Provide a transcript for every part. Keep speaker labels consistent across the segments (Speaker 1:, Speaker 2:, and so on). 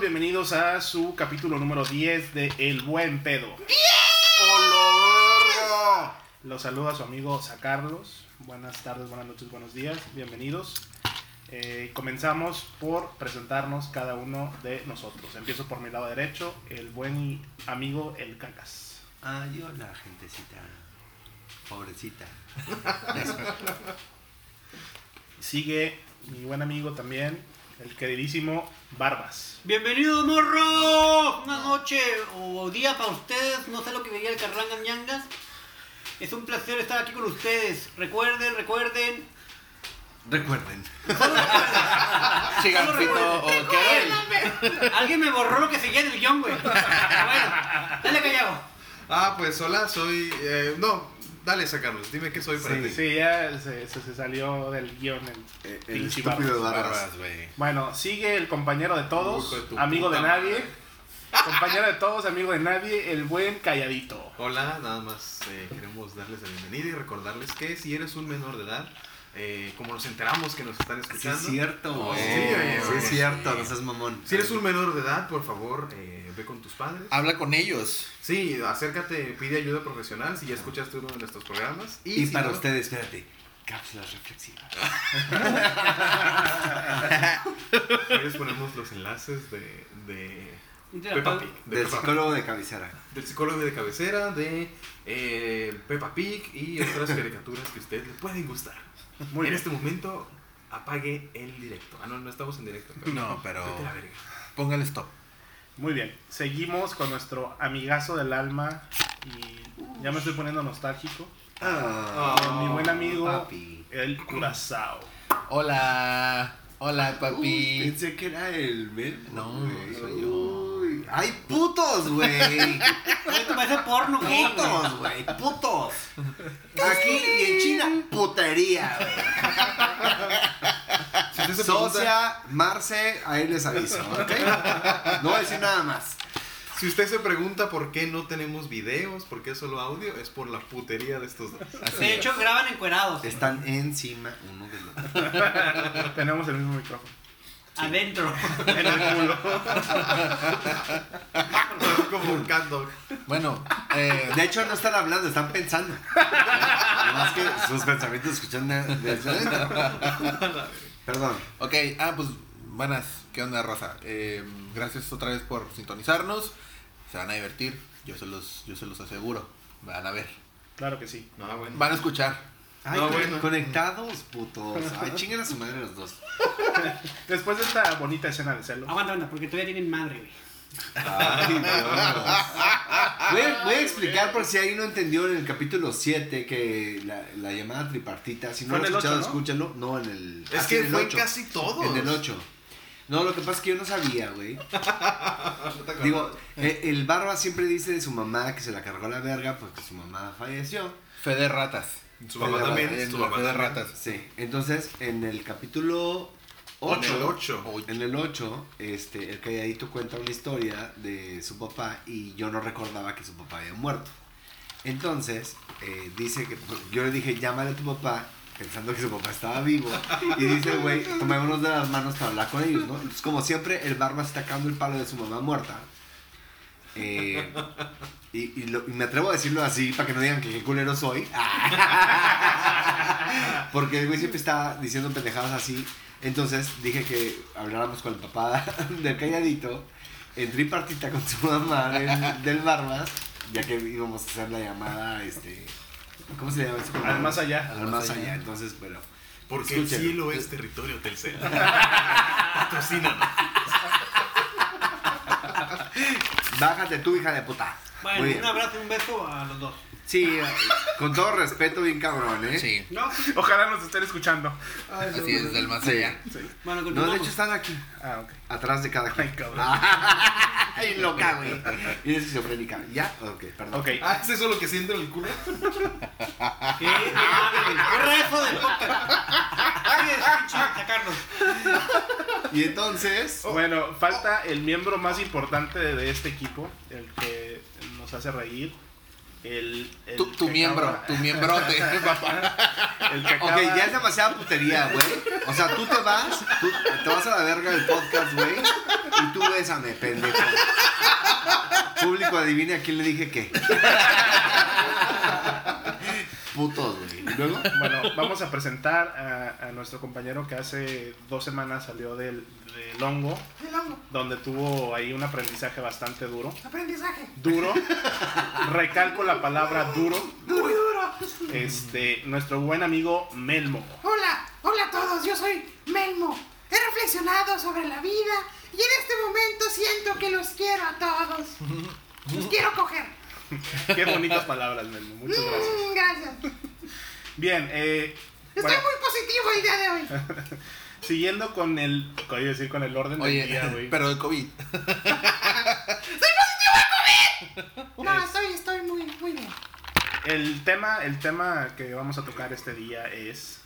Speaker 1: Bienvenidos a su capítulo número 10 de El Buen Pedo. Los saluda su amigo Sa Carlos. Buenas tardes, buenas noches, buenos días. Bienvenidos. Eh, comenzamos por presentarnos cada uno de nosotros. Empiezo por mi lado derecho, el buen amigo El Cacas.
Speaker 2: Ay, hola, gentecita. Pobrecita.
Speaker 1: Sigue mi buen amigo también, el queridísimo Barbas.
Speaker 3: Bienvenidos, morro. Una noche o día para ustedes. No sé lo que diría el Carrangas Ñangas. Es un placer estar aquí con ustedes. Recuerden, recuerden.
Speaker 2: Recuerden.
Speaker 3: Garfito
Speaker 4: o
Speaker 3: Alguien me borró lo que seguía en el guión, güey. Pero Bueno, dale callado.
Speaker 4: Ah, pues hola, soy. eh, no, dale, sacarlos. Dime qué soy para ti.
Speaker 1: Sí, ya se, se- se salió del guión el,
Speaker 2: Eh,
Speaker 5: El
Speaker 1: pinche
Speaker 5: estúpido
Speaker 1: Barbas.
Speaker 5: Barbas.
Speaker 2: Barbas, güey.
Speaker 1: Bueno, sigue el compañero de todos,
Speaker 4: Hijo de tu
Speaker 1: amigo de
Speaker 4: puta
Speaker 1: nadie.
Speaker 4: madre.
Speaker 1: Compañero de todos, amigo de nadie, el buen calladito.
Speaker 4: Hola, nada más eh, queremos darles la bienvenida y recordarles que si eres un menor de edad, eh, como nos enteramos que nos están
Speaker 2: Sí, es
Speaker 4: escuchando.
Speaker 2: cierto, güey.
Speaker 4: Sí, oye,
Speaker 2: sí,
Speaker 4: güey.
Speaker 2: es cierto, no seas mamón.
Speaker 4: Si eres un menor de edad, por favor, eh, ve con tus padres.
Speaker 5: Habla con ellos.
Speaker 4: Sí, acércate, pide ayuda profesional si ya escuchaste uno de nuestros programas. Y,
Speaker 2: Y,
Speaker 4: si
Speaker 2: para
Speaker 4: no,
Speaker 2: ustedes, espérate. Cápsulas reflexivas.
Speaker 4: pues, ahí les ponemos los enlaces de, de
Speaker 3: pues,
Speaker 4: Peppa Pig. de
Speaker 2: Del
Speaker 4: Peppa Pig.
Speaker 2: psicólogo de cabecera.
Speaker 4: del psicólogo de cabecera, de eh, Peppa Pig y otras caricaturas que a usted le pueden gustar.
Speaker 1: Muy
Speaker 4: en
Speaker 1: bien.
Speaker 4: este momento, apague el directo. Ah, no, no estamos en directo. pero-
Speaker 5: No, pero.
Speaker 4: Vete a la verga.
Speaker 5: Póngale stop.
Speaker 1: Muy bien. Seguimos con nuestro amigazo del alma. Y ya me estoy poniendo nostálgico.
Speaker 4: Ah,
Speaker 1: mi buen amigo,
Speaker 2: Papi.
Speaker 1: El Curazao.
Speaker 5: Hola.
Speaker 2: Uy,
Speaker 5: Hola, papi.
Speaker 2: pensé que era el Mel.
Speaker 5: No,
Speaker 2: güey.
Speaker 5: soy yo.
Speaker 2: Uy, ¡Ay, putos, güey!
Speaker 3: Oye, te parece porno, gay, güey.
Speaker 2: ¡Putos, güey! ¡Putos! Aquí y en China, putería, güey.
Speaker 4: si usted se pregunta,
Speaker 2: Socia, Marce, ahí les aviso, ¿ok? No voy a decir nada más.
Speaker 4: si usted se pregunta por qué no tenemos videos, por qué solo audio, es por la putería de estos dos.
Speaker 5: Así
Speaker 3: De
Speaker 5: es.
Speaker 3: hecho, graban encuerados.
Speaker 2: Están encima uno del otro.
Speaker 1: Tenemos el mismo micrófono.
Speaker 3: Adentro.
Speaker 1: En el culo.
Speaker 4: Como un cat dog.
Speaker 5: Bueno, eh,
Speaker 2: De hecho, no están hablando, están pensando. Más que sus pensamientos escuchan de- desde adentro. Perdón.
Speaker 5: ok. Ah, pues buenas. ¿Qué onda, Rosa? Eh, gracias otra vez por sintonizarnos. Se van a divertir. Yo se los, yo se los aseguro. Van a ver.
Speaker 1: Claro que sí.
Speaker 4: No, bueno.
Speaker 5: Van a escuchar.
Speaker 2: Ay,
Speaker 4: No,
Speaker 2: co-
Speaker 4: bueno.
Speaker 2: conectados, putos. Ay, chinguen a su madre los dos.
Speaker 1: Después de esta bonita escena de celo.
Speaker 3: Aguanta, aguanta, porque todavía tienen madre, güey.
Speaker 2: Ay, Dios. voy, a, voy a explicar por si alguien no entendió en el capítulo 7 que la, la llamada tripartita, si no
Speaker 1: Fue
Speaker 2: lo
Speaker 1: en
Speaker 2: has
Speaker 1: el
Speaker 2: escuchado,
Speaker 1: ocho, ¿no?
Speaker 2: escúchalo. No, en el.
Speaker 4: Es
Speaker 2: ah,
Speaker 4: que
Speaker 2: en el
Speaker 4: fue en
Speaker 2: ocho.
Speaker 4: casi todo.
Speaker 2: En el 8. No, lo que pasa es que yo no sabía, güey. Digo, eh, el Barba siempre dice de su mamá que se la cargó la verga porque su mamá falleció.
Speaker 5: Fe de ratas.
Speaker 4: Su mamá también.
Speaker 5: En
Speaker 4: Su
Speaker 5: la
Speaker 4: mamá
Speaker 5: fe de
Speaker 4: también.
Speaker 5: ratas.
Speaker 2: Sí, entonces en el capítulo
Speaker 4: En el
Speaker 2: 8,
Speaker 4: 8.
Speaker 2: en el 8, este, el calladito cuenta una historia de su papá y yo no recordaba que su papá había muerto. Entonces, eh, dice que pues, yo le dije, llámale a tu papá, pensando que su papá estaba vivo. Y dice, güey, tomémonos de las manos para hablar con ellos, ¿no? Entonces, como siempre, el barba está sacando el palo de su mamá muerta. Eh, y, y lo- y me atrevo a decirlo así para que no digan que qué culero soy. Porque el güey siempre está diciendo pendejadas así. Entonces dije que habláramos con el papá del calladito en tripartita con su mamá del, del Barbas, ya que íbamos a hacer la llamada, este... ¿Cómo se llama? eso?
Speaker 1: Al más allá.
Speaker 2: Al más allá, entonces, bueno.
Speaker 4: Porque
Speaker 2: Escuchen.
Speaker 4: el cielo es territorio Telcel. Patrocínanos.
Speaker 2: Bájate tú, hija de puta. Muy
Speaker 3: Bueno,
Speaker 2: bien.
Speaker 3: un abrazo y un beso a los dos.
Speaker 2: Sí, con todo respeto, bien cabrón, ¿eh?
Speaker 5: Sí.
Speaker 3: ¿No?
Speaker 1: Ojalá nos estén escuchando.
Speaker 5: Así es, del más allá.
Speaker 3: Bueno,
Speaker 2: No, de
Speaker 3: continuamos.
Speaker 2: hecho están aquí,
Speaker 1: Ah, ok.
Speaker 2: atrás de cada quien.
Speaker 1: Ay, cabrón.
Speaker 2: Ay, loca, güey. Y es esquizofrénica. Ya, ok, perdón.
Speaker 1: Ok.
Speaker 4: Ah, ¿es eso lo que siento en el culo?
Speaker 3: Sí, mi madre, güey. ¡Qué rezo de poca! ¡Ay, es pinche sacarlos!
Speaker 2: Y entonces.
Speaker 1: Bueno, falta el miembro más importante de este equipo, el que nos hace reír. El, el
Speaker 5: Tu, tu
Speaker 1: que
Speaker 5: miembro,
Speaker 1: acaba-
Speaker 5: tu miembrote, papá.
Speaker 1: el que acaba-
Speaker 2: Ok, ya es demasiada putería, güey. O sea, tú te vas, tú te vas a la verga del podcast, güey. Y tú bésame, pendejo. Público, adivine a quién le dije qué. Putos, güey. ¿Y luego?
Speaker 1: Bueno, vamos a presentar a, a nuestro compañero que hace dos semanas salió del, del hongo,
Speaker 4: El hongo.
Speaker 1: donde tuvo ahí un aprendizaje bastante duro.
Speaker 4: Aprendizaje.
Speaker 1: Duro. Recalco la palabra duro.
Speaker 4: Muy duro.
Speaker 1: Este, nuestro buen amigo Melmo.
Speaker 6: Hola, hola a todos, yo soy Melmo. He reflexionado sobre la vida y en este momento siento que los quiero a todos. Los quiero coger.
Speaker 1: Qué bonitas palabras, Melmo. Muchas gracias.
Speaker 6: Mm, gracias.
Speaker 1: Bien, eh,
Speaker 6: Estoy
Speaker 1: bueno,
Speaker 6: muy positivo el día de hoy.
Speaker 1: siguiendo con el, con- iba a decir, con el orden del
Speaker 5: Oye,
Speaker 1: día, güey.
Speaker 5: pero el COVID.
Speaker 6: No, estoy, estoy muy, muy bien.
Speaker 1: El tema, el tema que vamos a tocar este día es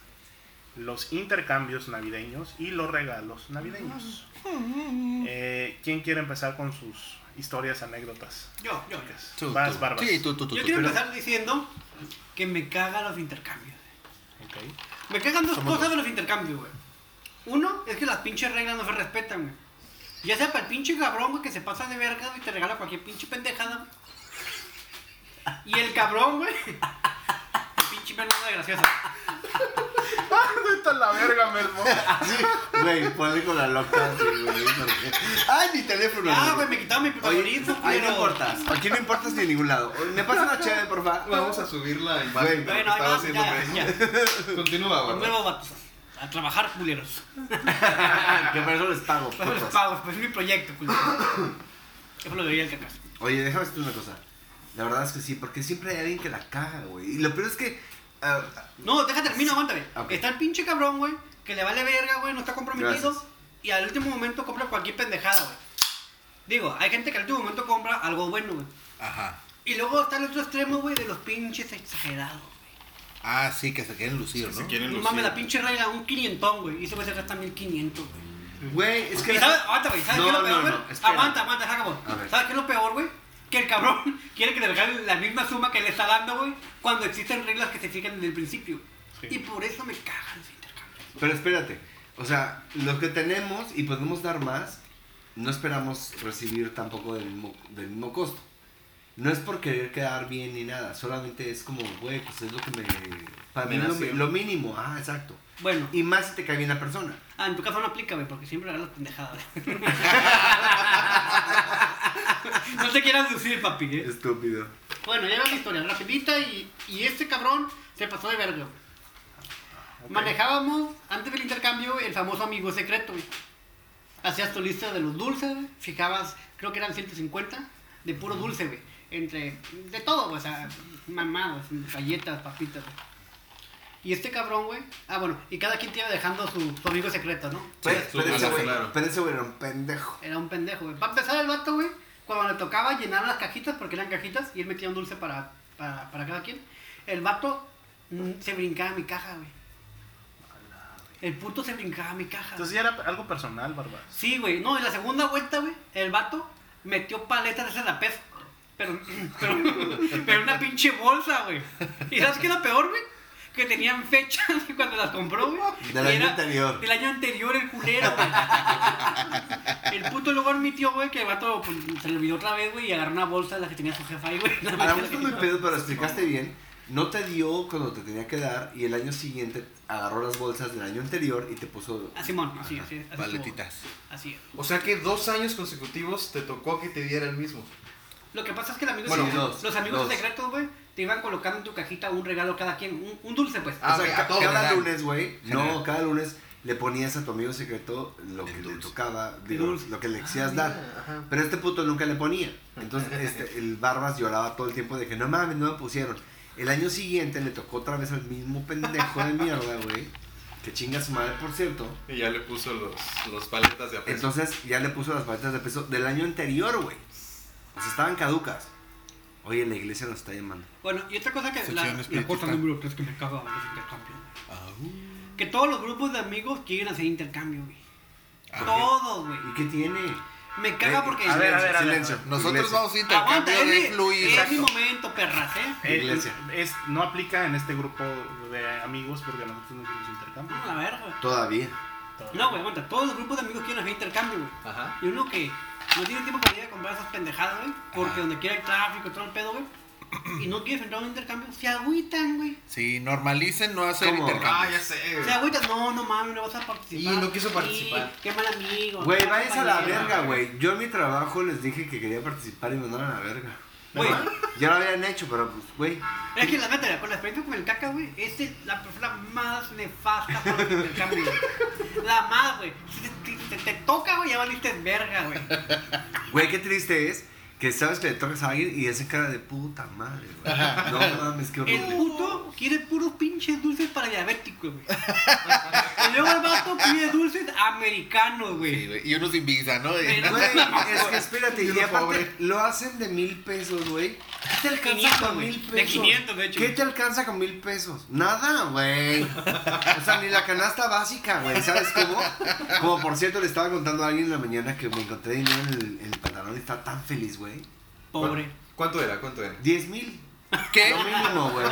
Speaker 1: los intercambios navideños y los regalos navideños. Eh, ¿Quién quiere empezar con sus historias, anécdotas?
Speaker 3: Yo, yo, yo.
Speaker 1: Vas,
Speaker 5: Tú, tú.
Speaker 1: Barbas.
Speaker 5: Sí, tú, tú, tú.
Speaker 3: Yo
Speaker 5: Pues tú,
Speaker 3: quiero
Speaker 5: pero-
Speaker 3: empezar diciendo que me cagan los intercambios.
Speaker 1: Ok.
Speaker 3: Me cagan dos
Speaker 5: Somos
Speaker 3: cosas de los intercambios, güey. Uno es que las pinches reglas no se respetan, güey. Ya sea para el pinche cabrón, güey, que se pasa de verga güey, y te regala cualquier pinche pendejada. Y el cabrón, güey. El pinche menuda graciosa.
Speaker 1: Está la verga, Melmo.
Speaker 2: Güey, ponle con la loca. así, güey, porque- ¡Ay, mi teléfono!
Speaker 3: Ah, güey, me quitaron mi
Speaker 2: Oye,
Speaker 3: protagonismo,
Speaker 2: ahí no
Speaker 3: culero.
Speaker 2: importas. Aquí no importas ni en ningún lado. ¿Me pasa una chévere, por favor?
Speaker 4: Vamos a subir la imagen. de lo que
Speaker 3: Bueno, ahí va,
Speaker 4: estaba haciendo
Speaker 3: ya,
Speaker 4: Melmo.
Speaker 3: ya.
Speaker 4: Continúa,
Speaker 3: Con
Speaker 4: Bárbara.
Speaker 3: nuevos vatos. A trabajar, culeros.
Speaker 2: Ah, que por eso les pago.
Speaker 3: Para los
Speaker 2: putos.
Speaker 3: pagos, pues es mi proyecto, culeros. Eso lo debería el cacas.
Speaker 2: Oye, déjame decirte una cosa. La verdad es que sí, porque siempre hay alguien que la caga, güey. Y lo peor es que. ah,
Speaker 3: No, deja, termino, aguántame.
Speaker 2: Ok.
Speaker 3: Está el pinche cabrón, güey, que le vale verga, güey, no está comprometido.
Speaker 2: Gracias.
Speaker 3: Y al último momento compra cualquier pendejada, güey. Digo, hay gente que al último momento compra algo bueno, güey.
Speaker 5: Ajá.
Speaker 3: Y luego está el otro extremo, güey, de los pinches exagerados.
Speaker 5: Ah, sí, que se quieren lucir,
Speaker 4: Que
Speaker 5: ¿no?
Speaker 4: se quieren
Speaker 3: No
Speaker 4: lucir.
Speaker 3: mames, la pinche regla, un quinientón, güey. Y ese güey se gasta mil quinientos, güey.
Speaker 2: Güey, es que.
Speaker 3: Pues, ¿Y sabes? Aguanta, güey. ¿Sabes
Speaker 2: No,
Speaker 3: qué es lo peor,
Speaker 2: no,
Speaker 3: güey?
Speaker 2: no, espera.
Speaker 3: aguanta, aguanta, deja
Speaker 2: A
Speaker 3: acabo.
Speaker 2: ver.
Speaker 3: ¿Sabes qué es lo peor, güey? Que el cabrón quiere que le regalen la misma suma que le está dando, güey, cuando existen reglas que se fijan desde el principio.
Speaker 1: Sí.
Speaker 3: Y por eso me cagan los intercambios.
Speaker 2: Pero espérate. O sea, lo que tenemos y podemos dar más, no esperamos recibir tampoco del mismo, del mismo costo. No es por querer quedar bien ni nada, solamente es como, güey, pues es lo que me. Para
Speaker 4: Me
Speaker 2: mí lo,
Speaker 4: nació.
Speaker 2: lo mínimo, ah, exacto.
Speaker 3: Bueno.
Speaker 2: Y más si te cae bien la persona.
Speaker 3: Ah, en tu caso no aplica, güey, porque siempre regalas pendejadas. no te quieras lucir, papi, ¿eh?
Speaker 2: Estúpido.
Speaker 3: Bueno, ya era la historia, rapidita, y, y este cabrón se pasó de verga. güey. Manejábamos, antes del intercambio, el famoso amigo secreto, güey. Hacías tu lista de los dulces, güey, fijabas, creo que eran 150, de puro dulce, güey. Entre, de todo, güey, o sea, mamadas, galletas, papitas, güey. Y este cabrón, güey, ah, bueno, y cada quien te iba dejando su, su amigo secreto, ¿no?
Speaker 2: Güey,
Speaker 4: Sí,
Speaker 2: pero ese
Speaker 4: claro,
Speaker 2: güey-
Speaker 4: claro.
Speaker 2: pero ese güey era un pendejo.
Speaker 3: Era un pendejo, güey. Para empezar el vato, güey, cuando le tocaba llenar las cajitas, porque eran cajitas, y él metía un dulce para, para, para cada quien, el vato mm, se brincaba mi caja, güey. El puto se brincaba mi caja.
Speaker 1: Entonces ya era algo personal, Barbas.
Speaker 3: Sí, güey. No, en la segunda vuelta, güey, el vato metió paletas de cerapez. Pero, pero, pero una pinche bolsa, güey. ¿Y sabes qué es lo peor, güey? Que tenían fechas cuando las compró, güey.
Speaker 2: Del
Speaker 3: Y
Speaker 2: año anterior.
Speaker 3: Del año anterior, el culero, güey. El puto luego admitió, güey, que el vato pues, se le olvidó otra vez, güey, y agarró una bolsa de la que tenía su jefa ahí, güey. La
Speaker 2: A lo
Speaker 3: metió en
Speaker 2: mejor
Speaker 3: la
Speaker 2: estoy muy
Speaker 3: caja.
Speaker 2: pedo, pero explicaste bien. No te dio cuando te tenía que dar y el año siguiente agarró las bolsas del año anterior y te puso...
Speaker 3: Ah, Simón, así, así. así estuvo.
Speaker 5: Paletitas.
Speaker 3: Así es.
Speaker 4: O sea que dos años consecutivos te tocó que te diera el mismo.
Speaker 3: Lo que pasa es que el amigo
Speaker 2: Bueno,
Speaker 3: secreto-
Speaker 2: dos,
Speaker 3: los amigos
Speaker 2: dos.
Speaker 3: secretos, güey, te iban colocando en tu cajita un regalo cada quien, un, un dulce, pues.
Speaker 4: Ah,
Speaker 2: o
Speaker 4: ok,
Speaker 2: sea,
Speaker 4: a
Speaker 2: ca-
Speaker 4: todos
Speaker 2: cada
Speaker 5: le dan.
Speaker 2: lunes, güey. No,
Speaker 5: General.
Speaker 2: cada lunes le ponías a tu amigo secreto lo
Speaker 5: El
Speaker 2: que le
Speaker 5: dulce.
Speaker 2: tocaba, digo,
Speaker 3: dulce.
Speaker 2: lo que le quisieras dar.
Speaker 4: Ajá.
Speaker 2: Pero este puto nunca le ponía. Entonces este, el Barbas lloraba todo el tiempo de que no mames, no me pusieron. El año siguiente le tocó otra vez al mismo pendejo de mierda, güey. Que chinga su madre, por cierto.
Speaker 4: Y ya le puso los, los paletas de a peso.
Speaker 2: Entonces ya le puso las paletas de peso del año anterior, güey. O sea, estaban caducas. Oye, la iglesia nos está llamando.
Speaker 3: Bueno, y otra cosa que
Speaker 5: Sección
Speaker 3: la, la
Speaker 5: espiritista.
Speaker 3: cosa número 3 que me caga güey, los intercambios.
Speaker 5: Au.
Speaker 3: Que todos los grupos de amigos quieren hacer intercambio, güey.
Speaker 5: Ah,
Speaker 3: todos, güey.
Speaker 2: ¿Y qué tiene?
Speaker 3: Me caga
Speaker 2: Eh,
Speaker 3: porque
Speaker 1: a ver, a ver, a ver.
Speaker 2: silencio.
Speaker 5: Nosotros
Speaker 2: Iglesia.
Speaker 5: vamos a
Speaker 3: aguanta,
Speaker 5: intercambio
Speaker 3: es,
Speaker 5: de
Speaker 3: mi- es mi
Speaker 5: fluidos.
Speaker 3: momento, perras, ¿eh?
Speaker 1: Eh,
Speaker 2: Iglesia.
Speaker 1: es, no aplica en este grupo de amigos porque nosotros no hicimos intercambio.
Speaker 3: A ver, Ah, güey.
Speaker 2: Todavía.
Speaker 1: todo.
Speaker 3: No, güey, aguanta. Todos los grupos de amigos quieren hacer intercambio, güey.
Speaker 4: Ajá.
Speaker 3: Y uno que no tiene tiempo para ir a comprar esas pendejadas, güey. Porque
Speaker 5: Ajá.
Speaker 3: donde quiera hay tráfico, todo el pedo, güey. Y no quieres entrar a un intercambio, se agüitan, güey.
Speaker 5: Sí, normalicen no hacer
Speaker 2: ¿Cómo?
Speaker 5: intercambios.
Speaker 4: Ah, ya sé. güey.
Speaker 3: Se agüitan, no, no mames, no vas a participar.
Speaker 4: Y no quiso participar.
Speaker 3: Y, qué mal amigo.
Speaker 2: Güey,
Speaker 3: qué mal
Speaker 2: váyanse a la
Speaker 3: compañero.
Speaker 2: verga, güey. Yo en mi trabajo les dije que quería participar y me mandaron a la verga.
Speaker 3: Güey,
Speaker 2: Ya lo habían hecho, pero pues, güey.
Speaker 3: es que la neta, con la experiencia con el caca, güey, es el- la persona más nefasta para los intercambios. güey. la más, güey. Si te, te- te- te toca, güey, ya valiste verga, güey.
Speaker 2: Güey, qué triste es que sabes que le tocas a alguien y ese cara de puta madre, güey. No mames, qué
Speaker 3: El
Speaker 2: horrible.
Speaker 3: puto quiere puros pinches dulces para diabéticos, güey. y luego el vato pide dulces americanos,
Speaker 5: Sí,
Speaker 3: güey.
Speaker 5: güey, Y unos Invisa, ¿no?
Speaker 3: Pero-
Speaker 2: Güey, es que espérate,
Speaker 5: Y
Speaker 2: y
Speaker 5: uno
Speaker 2: aparte
Speaker 5: pobre.
Speaker 2: lo hacen de mil pesos, güey. ¿Qué te alcanza
Speaker 3: 500,
Speaker 2: con
Speaker 3: güey.
Speaker 2: mil pesos?
Speaker 3: De 500, de hecho,
Speaker 2: ¿Qué
Speaker 3: güey.
Speaker 2: te alcanza con mil pesos? Nada, güey. O sea, ni la canasta básica, güey. ¿Sabes cómo? Como por cierto, le estaba contando a alguien en la mañana que me encontré dinero en el, en el pantalón y estaba tan feliz, güey.
Speaker 3: Pobre.
Speaker 4: ¿Cuánto era? ¿Cuánto era?
Speaker 2: Diez mil.
Speaker 5: ¿Qué?
Speaker 2: Lo mínimo, güey.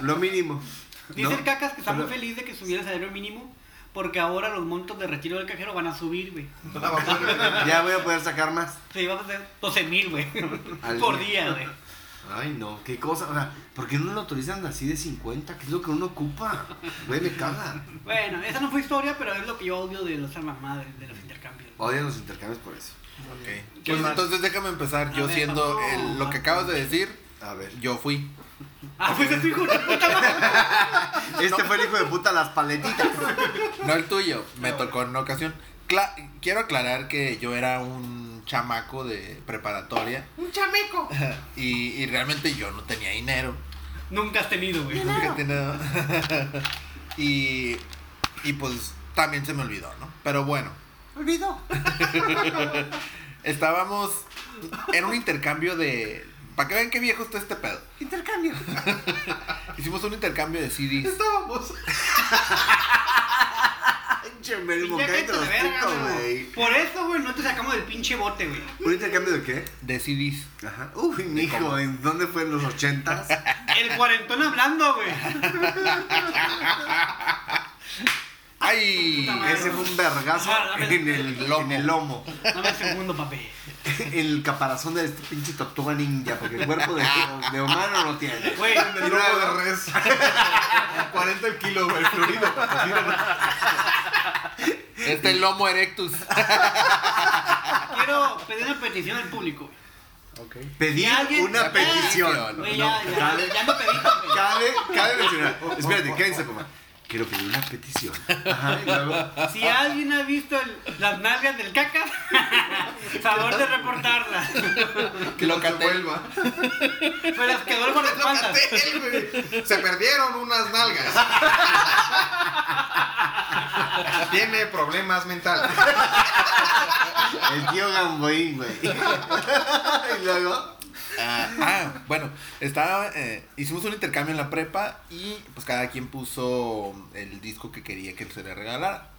Speaker 2: Lo mínimo.
Speaker 3: Dice
Speaker 2: ¿no?
Speaker 3: el cacas que está muy
Speaker 2: Pero-
Speaker 3: feliz de que subiera el salario mínimo porque ahora los montos de retiro del cajero van a subir, güey.
Speaker 4: Ah, vamos a ver.
Speaker 2: Ya voy a poder sacar más.
Speaker 3: Se va a hacer 12 mil, güey.
Speaker 2: Al
Speaker 3: Por
Speaker 2: día.
Speaker 3: día, güey.
Speaker 2: Ay, no, qué cosa. O sea, ¿por qué no lo autorizan así de 50? ¿Qué es lo que uno ocupa? Güey, me caga.
Speaker 3: Bueno, esa no fue historia, pero es lo que yo odio de los armas madres, de los intercambios.
Speaker 2: Odio los intercambios por eso.
Speaker 5: Ok.
Speaker 3: ¿Qué
Speaker 5: Pues
Speaker 3: más?
Speaker 5: entonces déjame empezar. Yo
Speaker 3: A ver,
Speaker 5: siendo
Speaker 3: no.
Speaker 5: el- lo que acabas de decir,
Speaker 2: A ver.
Speaker 5: yo fui.
Speaker 3: Ah, pues es tu hijo de puta madre.
Speaker 2: Este fue el hijo de puta, las paletitas.
Speaker 5: No el tuyo, me tocó en una ocasión. Cla- quiero aclarar que yo era un chamaco de preparatoria
Speaker 6: Un chameco.
Speaker 5: y, y realmente yo no tenía dinero.
Speaker 3: Nunca has tenido, güey.
Speaker 5: Nunca he tenido. y, y pues también se me olvidó, ¿no? Pero bueno,
Speaker 6: Olvidó.
Speaker 5: estábamos en un intercambio de... Para que vean qué viejo está este pedo.
Speaker 6: Intercambio.
Speaker 5: Hicimos un intercambio de CDs.
Speaker 4: Estábamos.
Speaker 2: Échenme el
Speaker 3: Pinche gente
Speaker 2: bocaito,
Speaker 3: de verga,
Speaker 2: hocico,
Speaker 3: güey.
Speaker 2: güey.
Speaker 3: Por eso, güey, no te sacamos del pinche bote, güey.
Speaker 2: ¿Un intercambio de qué?
Speaker 5: De CDs.
Speaker 2: Ajá. Uy, mijo, ¿en dónde fue? ¿En los ochentas?
Speaker 3: El cuarentón hablando, güey.
Speaker 5: ¡Ay!
Speaker 3: Puta madre.
Speaker 2: Ese fue un vergazo
Speaker 3: Ah, dame
Speaker 2: en el,
Speaker 5: el lomo.
Speaker 2: en el lomo.
Speaker 3: Dame el segundo, papel.
Speaker 2: En el caparazón de este pinche tortuga ninja, porque el cuerpo de, de humano no tiene.
Speaker 3: Güey,
Speaker 4: En el lomo de res. 40 el kilo, güey, florido. Así de res.
Speaker 5: Este lomo erectus.
Speaker 3: quiero pedir una petición al público. güey.
Speaker 1: Ok.
Speaker 2: Pedí
Speaker 3: Que alguien-
Speaker 2: una
Speaker 3: ya,
Speaker 2: petición.
Speaker 3: Güey,
Speaker 2: No,
Speaker 3: ya, ya,
Speaker 2: dale.
Speaker 3: ya me pediste, güey.
Speaker 2: Cabe, cabe mencionar. Espérate, quédense como. Quiero pedir una petición. Ajá, y luego.
Speaker 3: Si alguien ha visto el- las nalgas del caca, favor de reportarlas.
Speaker 5: Que lo
Speaker 4: Se vuelva.
Speaker 3: Se las quedó el guardaespaldas.
Speaker 4: Se perdieron unas nalgas. Tiene problemas mentales.
Speaker 2: El tío Gamboín, güey. Y luego.
Speaker 5: Ah, ah, bueno, estaba, eh, hicimos un intercambio en la prepa y pues cada quien puso el disco que quería que se le regalara.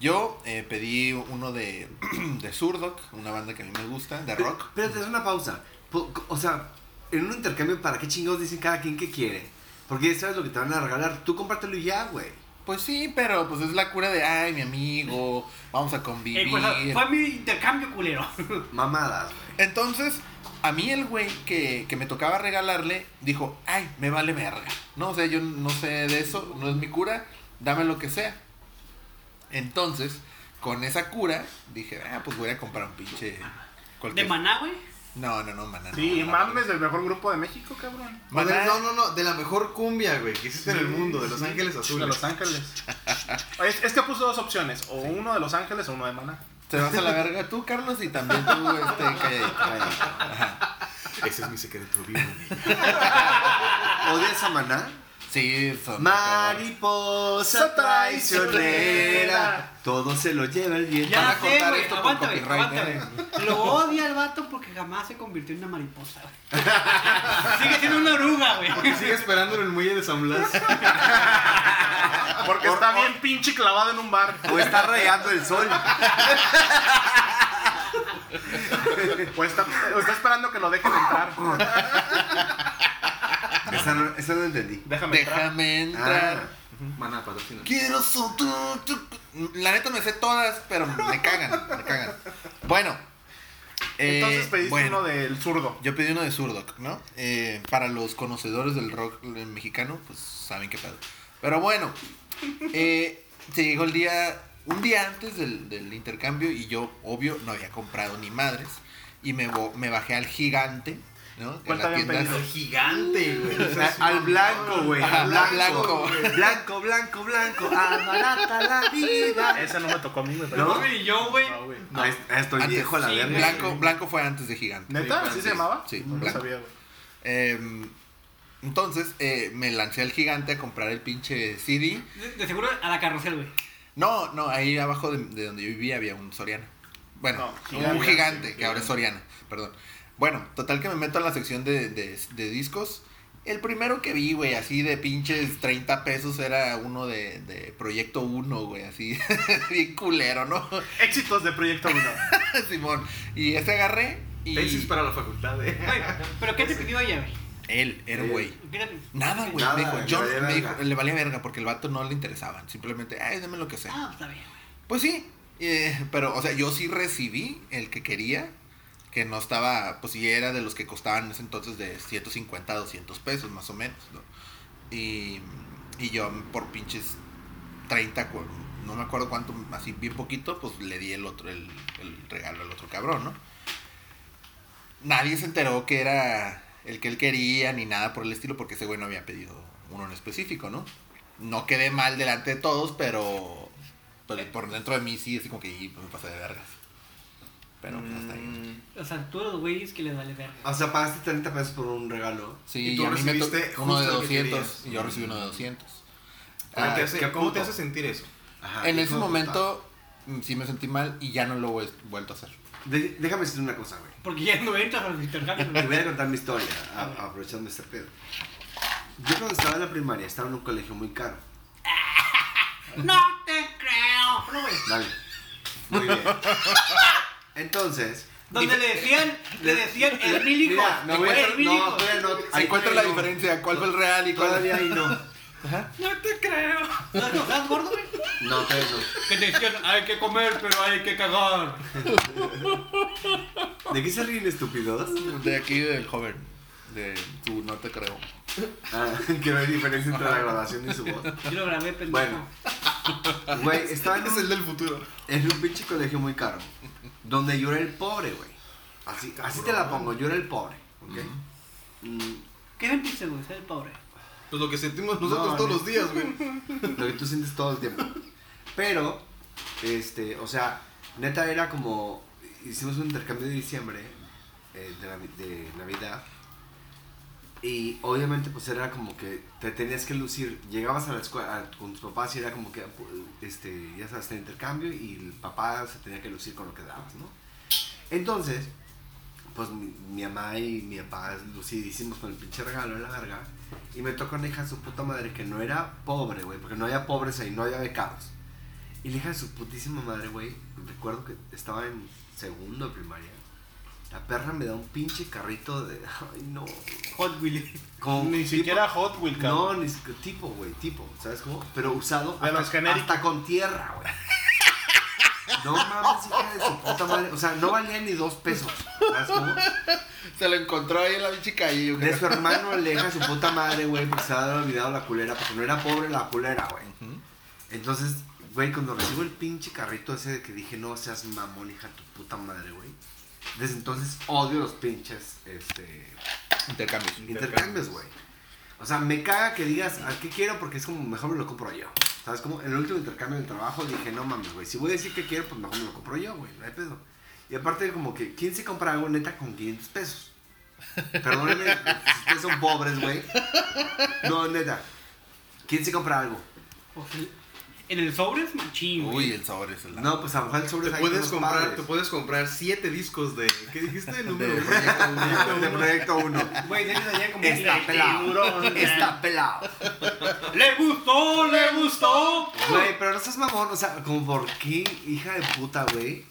Speaker 5: Yo eh, pedí uno de, de Surdoc, una banda que a mí me gusta, de rock.
Speaker 2: Espérate, es una pausa. Po- O sea, en un intercambio, ¿para qué chingados dicen cada quien que quiere? Porque ya sabes lo que te van a regalar. Tú compártelo ya, güey.
Speaker 5: Pues sí, pero pues es la cura de, ay, mi amigo, vamos a
Speaker 3: Eh,
Speaker 5: convivir.
Speaker 3: pues, fue mi intercambio culero.
Speaker 2: Mamadas, güey.
Speaker 5: Entonces, a mí el güey que, que me tocaba regalarle dijo, ay, me vale verga. No, o sea, yo no sé de eso, no es mi cura, dame lo que sea. Entonces, con esa cura, dije, ah, pues voy a comprar un pinche...
Speaker 3: De
Speaker 5: cualquier-".
Speaker 3: maná, güey.
Speaker 5: No, no, no, maná. no,
Speaker 1: Sí,
Speaker 5: no,
Speaker 1: mames, el mejor grupo de México, cabrón.
Speaker 5: Maná-
Speaker 4: Madre, no, no, no, de la mejor cumbia, güey, que existe en el mundo, de Los Ángeles
Speaker 1: De
Speaker 4: Azules.
Speaker 1: Los Ángeles. Es, es que puso dos opciones, o uno de Los Ángeles o uno de Maná.
Speaker 5: Te vas a la verga tú, Carlos, y también tú, este, que...
Speaker 4: Ese es mi secreto vivo.
Speaker 2: ¿O de esa maná?
Speaker 5: Sí, son...
Speaker 2: Mariposa traicionera. Todo se lo lleva el viento.
Speaker 5: Van
Speaker 3: Ya
Speaker 5: a
Speaker 3: sé,
Speaker 5: cortar
Speaker 3: güey.
Speaker 5: esto por
Speaker 3: Aguántame,
Speaker 5: copyright, eh.
Speaker 3: aguántame. Lo odia el vato porque jamás se convirtió en una mariposa, güey. Sigue siendo una oruga, güey.
Speaker 4: Porque sigue esperando en el muelle de San Blas. Ah,
Speaker 1: Porque está bien pinche clavado en un bar.
Speaker 2: O está rayando el sol.
Speaker 1: O está, o está esperando que lo dejen entrar.
Speaker 2: Esa no, esa no entendí.
Speaker 1: Déjame entrar.
Speaker 5: Déjame entrar.
Speaker 2: Ah.
Speaker 4: Maná, patrocina.
Speaker 5: Quiero soltar... tu- La neta me sé todas, pero me cagan, me cagan. Bueno. eh,
Speaker 1: Entonces pediste
Speaker 5: bueno,
Speaker 1: uno del zurdo.
Speaker 5: Yo pedí uno de Surdoc, ¿no? Eh, para los conocedores del rock eh, mexicano, pues saben qué pedo. Pero bueno, eh, se llegó el día, un día antes del, del intercambio y yo, obvio, no había comprado ni madres. Y me, bo- me bajé al gigante, ¿no?
Speaker 1: ¿Cuál
Speaker 5: En
Speaker 1: te habían
Speaker 5: tienda-
Speaker 1: pedido?
Speaker 4: gigante, güey. O sea,
Speaker 2: A-
Speaker 4: es
Speaker 2: Al
Speaker 4: una
Speaker 2: blanco, güey.
Speaker 5: Ajá,
Speaker 2: Al
Speaker 5: blanco.
Speaker 2: blanco. Blanco, blanco, blanco. Amarata la vida.
Speaker 1: Ese no me tocó a mí, güey.
Speaker 2: ¿No?
Speaker 1: pero-
Speaker 3: Ni yo, güey.
Speaker 1: No, güey.
Speaker 2: Ah, es- ah, Estoy
Speaker 5: Antes,
Speaker 2: viejo a la
Speaker 3: sí,
Speaker 2: verga.
Speaker 5: Blanco, blanco fue antes de gigante.
Speaker 1: ¿Neta? ¿Así se llamaba?
Speaker 5: Sí,
Speaker 1: no lo
Speaker 5: blanco.
Speaker 1: sabía, güey.
Speaker 5: Em, entonces eh, me lancé al gigante a comprar el pinche CD.
Speaker 3: De, de seguro a la carrocel, güey.
Speaker 5: No, no, ahí abajo de, de donde yo vivía había un Soriana. Bueno,
Speaker 1: No, gigante,
Speaker 5: un gigante, que
Speaker 1: gigante.
Speaker 5: ahora es Soriana, perdón. Bueno, total que me meto en la sección de, de- de discos. El primero que vi, güey, así de pinches 30 pesos era uno de, de Proyecto 1, güey, así, bien culero, ¿no?
Speaker 1: Éxitos de Proyecto 1.
Speaker 5: Simón. Y este agarré y...
Speaker 4: Tesis para la facultad, eh.
Speaker 3: Güey, ¿Pero qué te pidió ella, güey?
Speaker 5: Él, era un güey.
Speaker 3: ¿Qué te-
Speaker 5: Nada, güey.
Speaker 2: Nada,
Speaker 5: me dijo,
Speaker 2: le
Speaker 5: yo-
Speaker 2: valía
Speaker 5: me dijo-
Speaker 2: verga.
Speaker 5: le valía verga porque el vato no le interesaban. Simplemente, ay, dame lo que sea.
Speaker 3: Ah, está bien.
Speaker 5: Pues sí, eh, pero, o sea, yo sí recibí el que quería, que no estaba, pues sí era de los que costaban en ese entonces de 150 a 200 pesos, más o menos, ¿no? Y, y yo por pinches 30, cu- no me acuerdo cuánto, así bien poquito, pues le di el otro, el, el regalo al otro cabrón, ¿no? Nadie se enteró que era el que él quería ni nada por el estilo, porque ese güey no había pedido uno en específico, ¿no? No quedé mal delante de todos, pero pero Pues, por dentro de mí sí, así como que "Y, pues, me pasé de vergas. Pero pues hasta ahí.
Speaker 4: Mm,
Speaker 3: O sea, tú a los güeyes que les vale verga.
Speaker 2: O sea, pagaste 30 pesos por un regalo.
Speaker 5: Sí,
Speaker 4: ¿Y tú
Speaker 5: a mí me tocó
Speaker 4: recibiste
Speaker 5: uno de
Speaker 4: justo lo que
Speaker 5: 200
Speaker 4: querías?
Speaker 5: y yo recibí uno de 200.
Speaker 4: ¿Cómo,
Speaker 5: Ah,
Speaker 4: te hace,
Speaker 2: qué
Speaker 4: cómo te
Speaker 2: puto.
Speaker 4: hace sentir eso?
Speaker 2: Ajá,
Speaker 5: en
Speaker 2: hijo
Speaker 5: ese
Speaker 2: de puta.
Speaker 5: momento mm, sí me sentí mal y ya no lo he vuelto a hacer.
Speaker 2: De- déjame decirte una cosa, güey.
Speaker 3: Porque ya no entras a los intercambios,
Speaker 2: Te
Speaker 3: güey.
Speaker 2: voy a contar mi historia, a- aprovechando este pedo. Yo cuando estaba en la primaria estaba en un colegio muy caro.
Speaker 3: No te creo. No, güey.
Speaker 2: Dale. Muy bien. Entonces.
Speaker 3: Donde
Speaker 2: y-
Speaker 3: le decían, le decían el mil hijos.
Speaker 2: Mira, me voy
Speaker 3: güey,
Speaker 2: a-
Speaker 3: el mil
Speaker 2: No,
Speaker 3: hijos.
Speaker 2: todavía no.
Speaker 5: Ahí encuentra
Speaker 2: todavía
Speaker 5: la
Speaker 2: no.
Speaker 5: diferencia, cuál fue el real y cuál
Speaker 2: Todavía ahí no.
Speaker 3: No te creo. ¿No no, estás gordo, güey?
Speaker 2: No, todavía
Speaker 3: Que te decían, hay que comer, pero hay que cagar.
Speaker 2: no. ¿De qué se ríen estúpidos?
Speaker 5: De aquí del joven, de tu no te creo.
Speaker 2: Ah, que no hay diferencia entre la grabación y su voz.
Speaker 3: Yo lo grabé, pendejo.
Speaker 2: Bueno. Güey, estaba en un,
Speaker 5: del futuro.
Speaker 2: en un pinche colegio muy caro. Donde yo era el pobre, güey. Así,
Speaker 5: Ah,
Speaker 2: así te la pongo, yo era el pobre. ¿Ok? Mm,
Speaker 3: ¿Qué sentiste, güey? Ser pobre.
Speaker 4: Pues lo que sentimos nosotros
Speaker 2: No,
Speaker 4: todos
Speaker 2: no.
Speaker 4: los días, güey.
Speaker 2: lo que tú sientes todo el tiempo. Pero, este, o sea, neta era como, hicimos un intercambio de diciembre, eh, de, Navi- de Navidad, y obviamente pues era como que te tenías que lucir, llegabas a la escuela a- con tus papás y era como que, este, ya sabes, el intercambio y el papá se tenía que lucir con lo que dabas, ¿no? Entonces, pues mi, mi mamá y mi papá lucidísimos con el pinche regalo en la verga. Y me tocó una hija de su puta madre que no era pobre, güey, porque no había pobres ahí, no había becados. Y la hija de su putísima madre, güey, recuerdo que estaba en segundo de primaria. La perra me da un pinche carrito de. Ay, no.
Speaker 3: Hot Wheels.
Speaker 2: Como
Speaker 1: Ni
Speaker 2: tipo-
Speaker 1: siquiera Hot Wheel,
Speaker 2: No,
Speaker 1: cabrón.
Speaker 2: ni siquiera- tipo, güey, tipo, ¿sabes cómo? Pero usado
Speaker 1: De los genéricos.
Speaker 2: hasta con tierra, güey. No mames, hija de su puta madre. O sea, no valía ni dos pesos. ¿Sabes cómo?
Speaker 5: Se lo encontró ahí en la bichi calle. yo
Speaker 2: De
Speaker 5: creo.
Speaker 2: su hermano aleja su puta madre, güey, porque se había olvidado la culera, porque no era pobre la culera, güey.
Speaker 5: Ujú.
Speaker 2: Entonces, güey, cuando recibo el pinche carrito ese de que dije, no seas mamón, hija de tu puta madre, güey. Desde entonces odio los pinches, este,
Speaker 5: Intercambios.
Speaker 2: intercambios, güey. O sea, me caga que digas, ¿a qué quiero? Porque es como, mejor me lo compro yo. ¿Sabes? Como en el último intercambio del trabajo dije, no mames, güey, si voy a decir que quiero, pues mejor me lo compro yo, güey, no hay pedo. Y aparte, como que, ¿quién se compra algo neta con 500 pesos? Perdónenme, si ustedes son pobres, güey. No, neta. ¿Quién se compra algo?
Speaker 3: O sea, En el sobre es machín, güey.
Speaker 5: Uy, el sabor es el
Speaker 2: No, pues a lo mejor el sobre
Speaker 4: Te
Speaker 2: es ahí con
Speaker 4: puedes
Speaker 2: los
Speaker 4: comprar,
Speaker 2: padres.
Speaker 4: te puedes comprar siete discos de. ¿Qué dijiste? El número
Speaker 5: De
Speaker 4: uno.
Speaker 5: Proyecto
Speaker 2: De proyecto 1.
Speaker 3: Güey, debes allá como...
Speaker 2: Está pelado.
Speaker 1: tiburón.
Speaker 2: Está pelado.
Speaker 3: ¡Le gustó! ¡Le gustó!
Speaker 2: Güey, pero no seas mamón, o sea, como por qué, hija de puta, güey.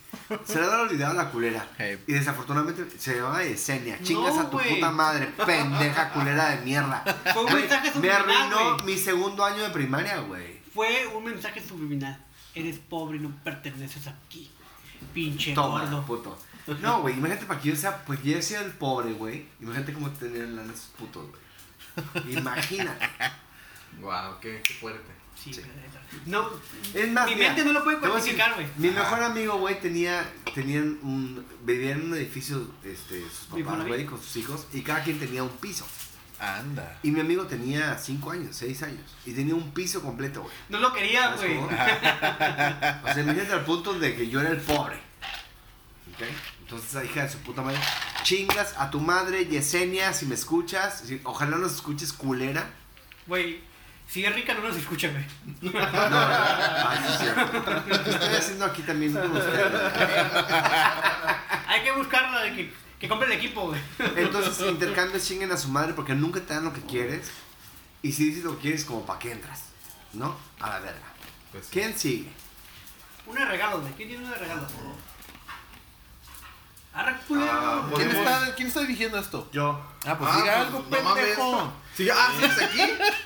Speaker 2: Se le ha olvidado la culera.
Speaker 5: Hey.
Speaker 2: Y desafortunadamente se llamaba Yesenia. Chingas a tu
Speaker 3: güey.
Speaker 2: puta madre, pendeja culera de mierda.
Speaker 3: Fue un
Speaker 2: Güey,
Speaker 3: mensaje
Speaker 2: me
Speaker 3: subliminal,
Speaker 2: arruinó
Speaker 3: güey.
Speaker 2: mi segundo año de primaria, güey.
Speaker 3: Fue un mensaje subliminal. Eres pobre y no perteneces aquí. Pinche
Speaker 2: Toma, pues,
Speaker 3: gordo.
Speaker 2: puto. No, güey, imagínate para que yo sea, pues yo sea el pobre, güey. Imagínate cómo tener lana esos putos, güey. Imagínate.
Speaker 4: Wow, qué, qué fuerte.
Speaker 3: Sí,
Speaker 2: Sí.
Speaker 3: No,
Speaker 2: Es más,
Speaker 3: mi
Speaker 2: mira,
Speaker 3: mente no lo puede
Speaker 2: te voy a decir,
Speaker 3: cuantificar, güey.
Speaker 2: Mi mejor amigo, güey, tenía, tenían un, vivía en un edificio, este, sus
Speaker 3: Mi
Speaker 2: papás,
Speaker 3: familia.
Speaker 2: güey, con sus hijos, y cada quien tenía un piso.
Speaker 5: Anda.
Speaker 2: Y mi amigo tenía 5 años, 6 años, y tenía un piso completo, güey.
Speaker 3: No lo quería,
Speaker 2: ¿Sabes
Speaker 3: Ah, güey.
Speaker 2: cómo? O sea, imagínate al punto de que yo era el pobre. ¿Ok? Entonces, la hija de su puta madre, chingas a tu madre, Yesenia, si me escuchas. si- Ojalá nos escuches, culera.
Speaker 3: Güey, si es rica no nos escucha, güey.
Speaker 2: No, no, no. Ah, sí, es cierto. ¿Qué estoy haciendo aquí también con ustedes?
Speaker 3: Hay que buscarla de que, que compre el equipo, güey.
Speaker 2: Entonces, intercambios chinguen a su madre porque nunca te dan lo que quieres. Y si dices lo que quieres, como para qué entras. ¿No? A la verga.
Speaker 4: Pues, sí.
Speaker 2: ¿Quién sigue?
Speaker 3: Una de regalos, güey. ¿Quién tiene una de regalos? Arra, culero.
Speaker 4: Ah,
Speaker 5: ¿Quién
Speaker 4: podemos-
Speaker 5: está, ¿Quién está dirigiendo esto?
Speaker 1: Yo,
Speaker 5: Ah, pues
Speaker 4: Ah,
Speaker 5: diga
Speaker 4: pues,
Speaker 5: algo,
Speaker 4: no
Speaker 5: pendejo.
Speaker 4: mames. Sí, ah, sí, es aquí.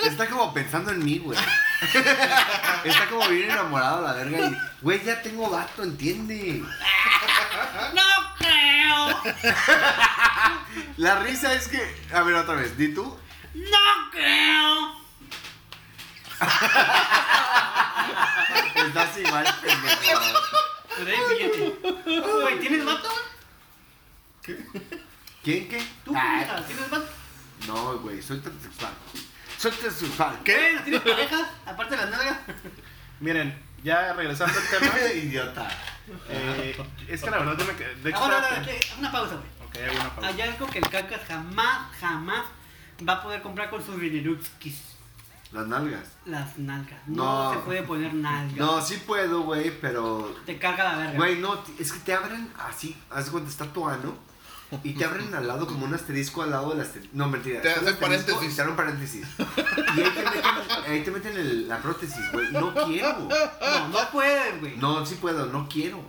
Speaker 2: Está como pensando en mí, güey. Está como bien enamorado a la verga. Y, güey, ya tengo vato, entiende.
Speaker 3: ¡No creo!
Speaker 2: La risa es que. A ver, otra vez, di tú.
Speaker 3: ¡No creo!
Speaker 2: Estás igual, pendejo.
Speaker 3: Pero hay billete. Güey, ¿tienes vato? güey?
Speaker 2: ¿Quién qué?
Speaker 3: ¿Tú, puñeta, ¿Tienes vato?
Speaker 2: No, güey, soy transexual. Soy transexual.
Speaker 3: ¿Qué? ¿No tienes pareja? Aparte de las nalgas.
Speaker 1: miren, ya regresando al tema.
Speaker 2: Idiota.
Speaker 1: eh, es que la verdad, yo me quedé- de hecho,
Speaker 3: Ahora,
Speaker 1: estaba-
Speaker 2: pues.
Speaker 3: ahora, Ah, aquí, Ah, una pausa, güey.
Speaker 1: Ok, hay una pausa.
Speaker 3: Hay algo que el cacas jamás, jamás va a poder comprar con sus dinerutskis.
Speaker 2: Las nalgas.
Speaker 3: Las nalgas. No,
Speaker 2: No.
Speaker 3: se puede poner nalgas.
Speaker 2: No, sí puedo, güey, pero.
Speaker 3: Te carga la verga.
Speaker 2: Güey, no, t- es que te abren así. Haz de cuenta, está tu ano. Y te abren al lado como un asterisco al lado del asterisco. No, mentira.
Speaker 5: Te
Speaker 2: está el
Speaker 5: hacen
Speaker 2: asterisco
Speaker 5: paréntesis.
Speaker 2: y Te abren paréntesis. Y ahí te meten, ahí te meten el- la prótesis, güey. No quiero.
Speaker 3: No, no puedes, güey.
Speaker 2: No, sí puedo, no quiero.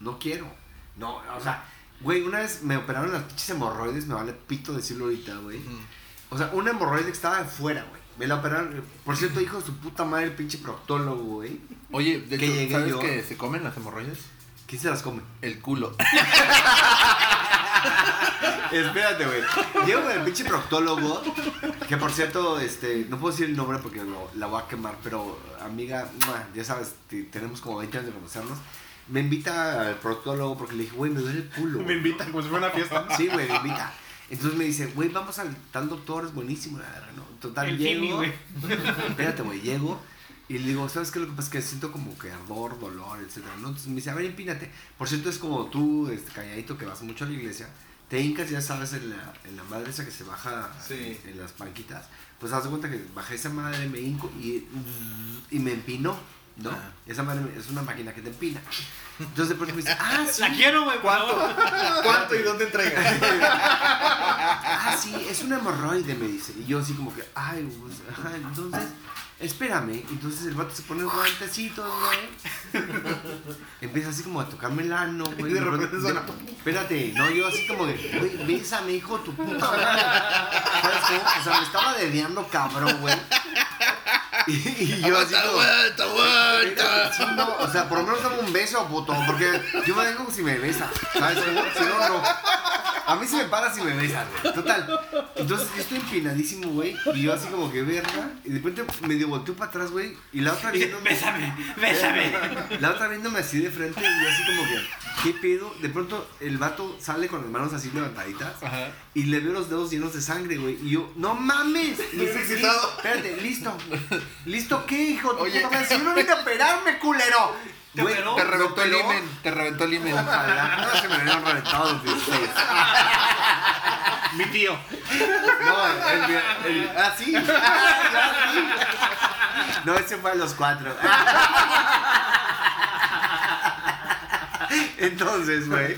Speaker 2: No quiero. No, o sea, güey, una vez me operaron las pinches hemorroides, me vale pito decirlo ahorita, güey. O sea, una hemorroide que estaba afuera, güey. Me la operaron. Por cierto, hijo de su puta madre, el pinche proctólogo, güey.
Speaker 5: Oye, de
Speaker 2: Que
Speaker 5: hecho,
Speaker 2: llegué
Speaker 5: ¿sabes
Speaker 2: yo.
Speaker 5: que se comen las hemorroides?
Speaker 2: ¿Quién se las come?
Speaker 5: El culo.
Speaker 2: Espérate, güey. Llego con el pinche proctólogo. Que por cierto, este, no puedo decir el nombre porque lo- la voy a quemar, pero amiga, ¡mua! ya sabes, te- tenemos como 20 años de conocernos. Me invita al proctólogo porque le dije, güey, me duele el culo.
Speaker 1: Me
Speaker 2: güey.
Speaker 1: invitan como si fuera una fiesta.
Speaker 2: Sí, güey, me invita. Entonces me dice, güey, vamos al tal doctor, es buenísimo, la verga, ¿no? Total,
Speaker 3: El
Speaker 2: llego.
Speaker 3: Jimmy, güey.
Speaker 2: Espérate, güey, llego. Y le digo, ¿sabes qué? Lo que pasa es que siento como que ardor, dolor, etcétera, ¿no? Entonces me dice, a ver, empínate. Por cierto, es como tú, este, calladito, que vas mucho a la iglesia. Te hincas, ya sabes, en la, en la madre esa que se baja
Speaker 4: Sí.
Speaker 2: en, en las banquitas. Pues haz de cuenta que bajé esa madre, me hinco y, y me empinó, ¿no?
Speaker 3: Ah.
Speaker 4: Ajá.
Speaker 2: Esa madre es una máquina que te empina. Entonces de pronto me dice, ah, sí.
Speaker 3: La quiero, güey. por favor.
Speaker 4: ¿Cuánto y dónde entregas?
Speaker 2: ah, sí, es un hemorroide, me dice. Y yo así como que, ay, pues, ajá, entonces, espérame. Entonces el vato se pone guantecitos, güey. Empieza así como a tocarme el ano, güey.
Speaker 4: Y de repente
Speaker 2: De-
Speaker 4: suena.
Speaker 2: Espérate, no, yo así como de, güey, bésame, hijo, de tu puta madre. ¿Sabes cómo? O sea, me estaba dediando cabrón, güey. Y, y yo así como...
Speaker 5: vuelta,
Speaker 2: Mira, sí, no, o sea, por lo menos dame un beso, puto, porque yo me dejo como si me besas, ¿sabes? Si no, si no, no. A mí se me para si me besas, güey. Total. Entonces yo estoy empinadísimo, güey, y yo así como que verga, y de repente medio volteo para atrás, güey, y la otra
Speaker 3: Dice,
Speaker 2: viéndome,
Speaker 3: Bésame, bésame.
Speaker 2: la otra viéndome así de frente, y yo así como que, ¿qué pedo? De pronto el vato sale con las manos así levantaditas,
Speaker 5: Ajá.
Speaker 2: y le veo los dedos llenos de sangre, güey. Y yo, no mames. Y
Speaker 4: Muy
Speaker 2: dice,
Speaker 4: excitado.
Speaker 2: "Listo, Espérate, listo. ¿Listo qué, hijo? Tú
Speaker 5: Oye.
Speaker 2: puta madre, si yo no vine a operarme, culero.
Speaker 3: Te operó.
Speaker 5: Te
Speaker 2: ¿lo
Speaker 5: reventó el
Speaker 2: operó?
Speaker 5: imen. Te reventó el imen.
Speaker 2: Ojalá no se me hubieran reventado los 16.
Speaker 1: Mi tío.
Speaker 2: No, el, el, el- ah, sí. No, ese fue a los cuatro. Entonces, güey,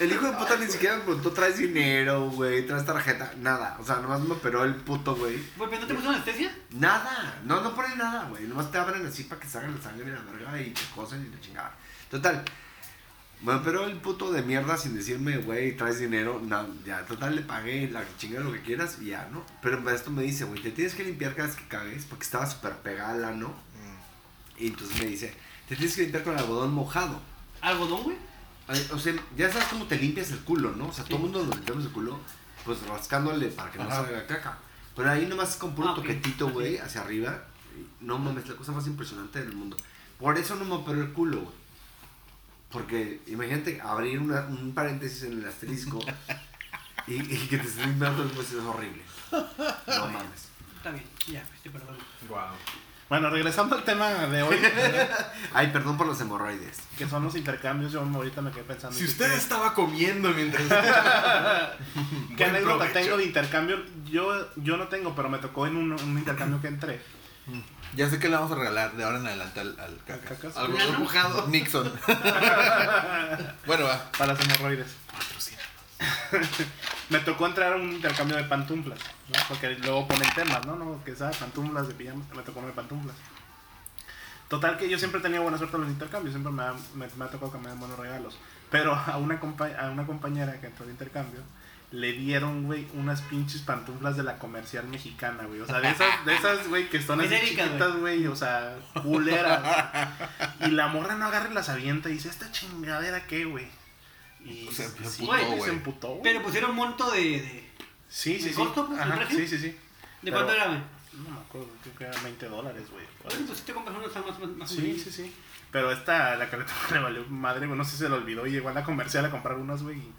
Speaker 2: el hijo de puta ni siquiera me preguntó, ¿traes dinero, güey? ¿Traes tarjeta? Nada. O sea, nomás me operó el puto, güey.
Speaker 3: Güey, ¿pero no te pusieron anestesia?
Speaker 2: Nada, no, no ponen nada, güey. Nomás te abren así para que salgan la sangre y la verga y te cosen y la chingada. Total. Bueno, pero el puto de mierda sin decirme, güey, traes dinero, no, ya, total, le pagué la chingada lo que quieras y ya, ¿no? Pero para esto me dice, güey, te tienes que limpiar cada vez que cagues porque estaba súper pegada la, ¿no? Y entonces me dice, te Te tienes que limpiar con algodón mojado.
Speaker 3: ¿Algodón, güey?
Speaker 2: Ay, O sea, ya sabes cómo te limpias el culo, ¿no? O sea, todo el mundo nos limpiamos el culo, pues rascándole para que no
Speaker 5: Ajá.
Speaker 2: salga caca. Pero ahí nomás con puro
Speaker 3: Ah, ok.
Speaker 2: toquetito, güey, hacia arriba. y No mames, la cosa más impresionante del mundo. Por eso no me operó el culo, güey. Porque imagínate abrir una- un paréntesis en el asterisco y, y que te estés limpiando, pues es horrible. No mames.
Speaker 3: Está bien, ya, pues, te perdono.
Speaker 4: Wow.
Speaker 1: Bueno, regresando al tema de hoy,
Speaker 2: Ay, perdón por los hemorroides.
Speaker 1: que son los intercambios, yo ahorita me quedé pensando.
Speaker 4: Si
Speaker 1: ¿qué-
Speaker 4: usted
Speaker 1: qué-
Speaker 4: estaba comiendo mientras.
Speaker 1: ¿Qué
Speaker 4: Buen
Speaker 1: anécdota
Speaker 4: provecho.
Speaker 1: tengo de intercambio? Yo, yo no tengo, pero me tocó en un, un intercambio que entré.
Speaker 5: Ya sé que le vamos a regalar de ahora en adelante al, al caca.
Speaker 1: Cacas.
Speaker 4: Algodón mojado.
Speaker 5: Nixon. bueno, va.
Speaker 1: Para las hemorroides. me tocó entrar a un intercambio de pantuflas, ¿no? porque luego ponen temas, ¿no? no que sabes, pantuflas de pijamas, me tocó uno de pantuflas. Total que yo siempre he tenido buena suerte en los intercambios, siempre me ha, me- me ha tocado que me den buenos regalos. Pero a una, compa- a una compañera que entró de intercambio, le dieron, güey, unas pinches pantuflas de la comercial mexicana, güey. O sea, de esas, de esas, güey, que están así
Speaker 3: Genéricas,
Speaker 1: chiquitas, güey, o sea, culeras. güey. Y la morra no agarra y las avienta y dice, ¿esta chingadera qué, güey? Y
Speaker 5: Se- se
Speaker 1: sí,
Speaker 5: emputó,
Speaker 1: güey,
Speaker 5: güey.
Speaker 1: se emputó, güey.
Speaker 3: Pero pusieron un monto de. de
Speaker 1: Sí, sí, sí.
Speaker 3: corto, pues,
Speaker 1: Ajá,
Speaker 3: el precio?
Speaker 1: sí, sí, sí.
Speaker 3: ¿De
Speaker 1: Pero-
Speaker 3: cuánto era, güey?
Speaker 1: No me acuerdo, creo que era 20 dólares, güey.
Speaker 3: Bueno, pues si te compras uno, está más, más, más
Speaker 1: Sí,
Speaker 3: humilde.
Speaker 1: sí, sí. Pero esta, la carreta le valió madre, güey. No sé si se le olvidó. Y llegó a la comercial a comprar unas, güey. Y,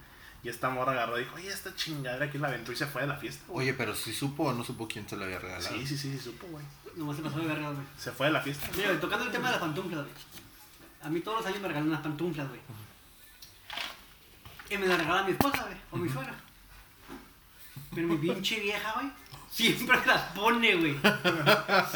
Speaker 1: y esta morra agarró y dijo, oye, esta chingadera aquí la aventó y se fue de la fiesta, güey.
Speaker 5: Oye, pero si supo o no supo quién se lo había regalado.
Speaker 1: Sí, sí, sí, sí, supo, güey.
Speaker 3: Nomás se pasó de verga, güey.
Speaker 1: Se fue de la fiesta.
Speaker 3: Mira, tocando el tema de las pantuflas, güey. A mí todos los años me regalan unas pantuflas, güey. Y me las regala mi esposa, güey, o mi suegra. Pero mi pinche vieja, güey, siempre las pone, güey.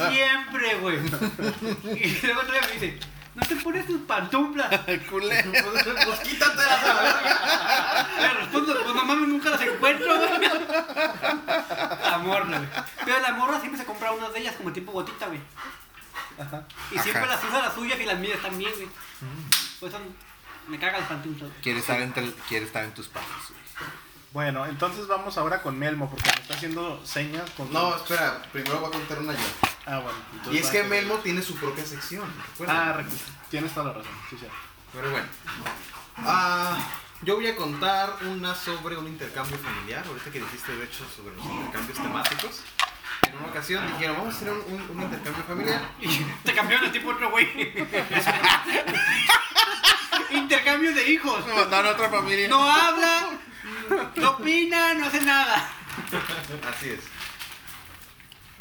Speaker 3: Siempre, güey. Y luego otra vez me dice, no te pones tus pantuflas.
Speaker 5: Culé.
Speaker 3: Pues quítatelas a la verga. Le respondo, pues no mames, nunca las encuentro, güey. La morra, güey. Pero la morra siempre se compra unas de ellas como tipo gotita, güey. Y siempre
Speaker 5: Ajá. Mm.
Speaker 3: las usa las suyas y las mías también, güey. Pues son, me caga el pantuflas. güey.
Speaker 5: Quiere estar, entre, quiere estar en tus pasos. güey.
Speaker 1: Bueno, entonces vamos ahora con Melmo, porque me está haciendo señas con...
Speaker 4: No, espera, primero voy a contar una yo.
Speaker 1: Ah, bueno. entonces
Speaker 4: Y es
Speaker 1: va
Speaker 4: que
Speaker 1: con-
Speaker 4: Melmo tiene su propia sección,
Speaker 1: Ah,
Speaker 4: recuerda.
Speaker 1: re- tienes toda la razón, sí, cierto.
Speaker 4: Pero bueno. Ah, yo voy a contar una sobre un intercambio familiar, ahorita que dijiste de hecho sobre los intercambios temáticos. En una ocasión dijeron, vamos a hacer un, un- un intercambio familiar.
Speaker 3: Y te cambiaron el tipo otro, güey. Intercambio de hijos.
Speaker 5: Me mandaron a otra familia.
Speaker 3: No habla, no opina, no hace nada.
Speaker 4: Así es.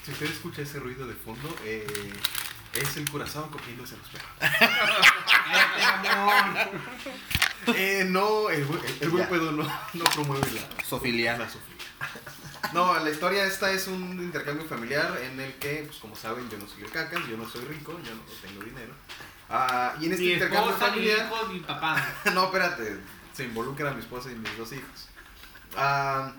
Speaker 4: Si usted escucha ese ruido de fondo, eh, es el curazao cogiéndose a los perros.
Speaker 3: Cállate, mamón.
Speaker 4: Eh, no, el, bu- el- el buen
Speaker 5: Ya.
Speaker 4: pedo no, no promueve la,
Speaker 5: Sofilia.
Speaker 4: La Sofía. No, la historia esta es un intercambio familiar en el que, pues como saben, yo no soy el cacas, yo no soy rico, yo no tengo dinero. Ah, y en este
Speaker 3: Mi
Speaker 4: intercambio
Speaker 3: esposa, mi
Speaker 4: familiar...
Speaker 3: hijo, mi papá. güey.
Speaker 4: no, espérate, se involucra mi esposa y mis dos hijos. Ah,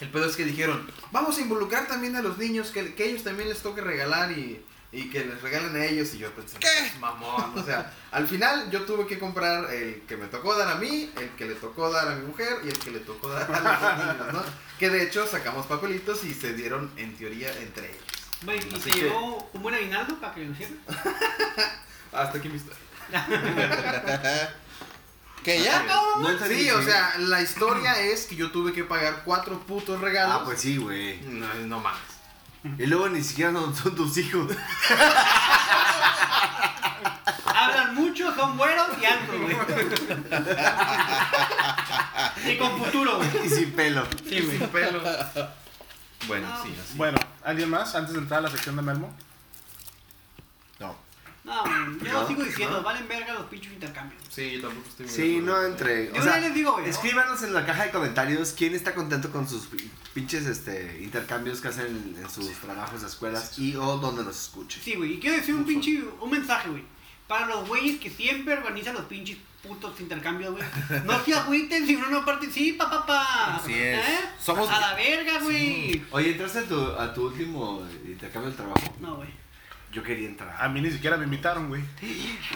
Speaker 4: el pedo es que dijeron, vamos a involucrar también a los niños, que, que ellos también les toque regalar y, y que les regalen a ellos. Y yo pensé, ¿qué? Mamón, o sea, al final yo tuve que comprar el que me tocó dar a mí, el que le tocó dar a mi mujer y el que le tocó dar a los niños, ¿no? Que de hecho sacamos papelitos y se dieron en teoría entre ellos.
Speaker 3: Güey, ¿y
Speaker 4: Así
Speaker 3: te
Speaker 4: que-
Speaker 3: llegó un buen aguinaldo para que lo hicieran?
Speaker 4: Hasta aquí mi historia.
Speaker 5: ¿Que ya?
Speaker 4: No, sí, o sea, la historia es que yo tuve que pagar cuatro putos regalos.
Speaker 2: Ah, pues sí, güey.
Speaker 4: No, no mames.
Speaker 2: Y luego ni siquiera son, son tus hijos.
Speaker 3: Hablan mucho, son buenos y altos, güey. Y con futuro, güey.
Speaker 2: Y sin pelo.
Speaker 3: Sí, güey.
Speaker 4: Pelo. Bueno, sí, así.
Speaker 1: Bueno, ¿alguien más antes de entrar a la sección de Melmo?
Speaker 5: No.
Speaker 3: No, güey, yo
Speaker 2: No,
Speaker 3: sigo diciendo,
Speaker 4: no.
Speaker 3: valen verga los pinchos intercambios.
Speaker 4: Sí, yo tampoco estoy muy
Speaker 2: Sí,
Speaker 4: de acuerdo.
Speaker 2: no entre.
Speaker 3: Yo
Speaker 2: O sea,
Speaker 3: les digo, güey.
Speaker 2: escríbanos en la caja de comentarios quién está contento con sus pi- pinches este, intercambios que hacen en sus trabajos, escuelas y o donde nos escuchen.
Speaker 3: Sí, güey. Y quiero decir un pinche, un mensaje, güey. Para los güeyes que siempre organizan los pinches putos intercambios, güey. No se agüiten si uno no participa, papá.
Speaker 5: Así es.
Speaker 3: ¿Eh?
Speaker 5: Somos-
Speaker 3: A la verga, güey.
Speaker 2: Oye, ¿entraste a tu, a tu último intercambio del trabajo?
Speaker 3: No, güey.
Speaker 2: Yo quería
Speaker 1: A
Speaker 2: entrar.
Speaker 1: mí ni siquiera me invitaron, güey.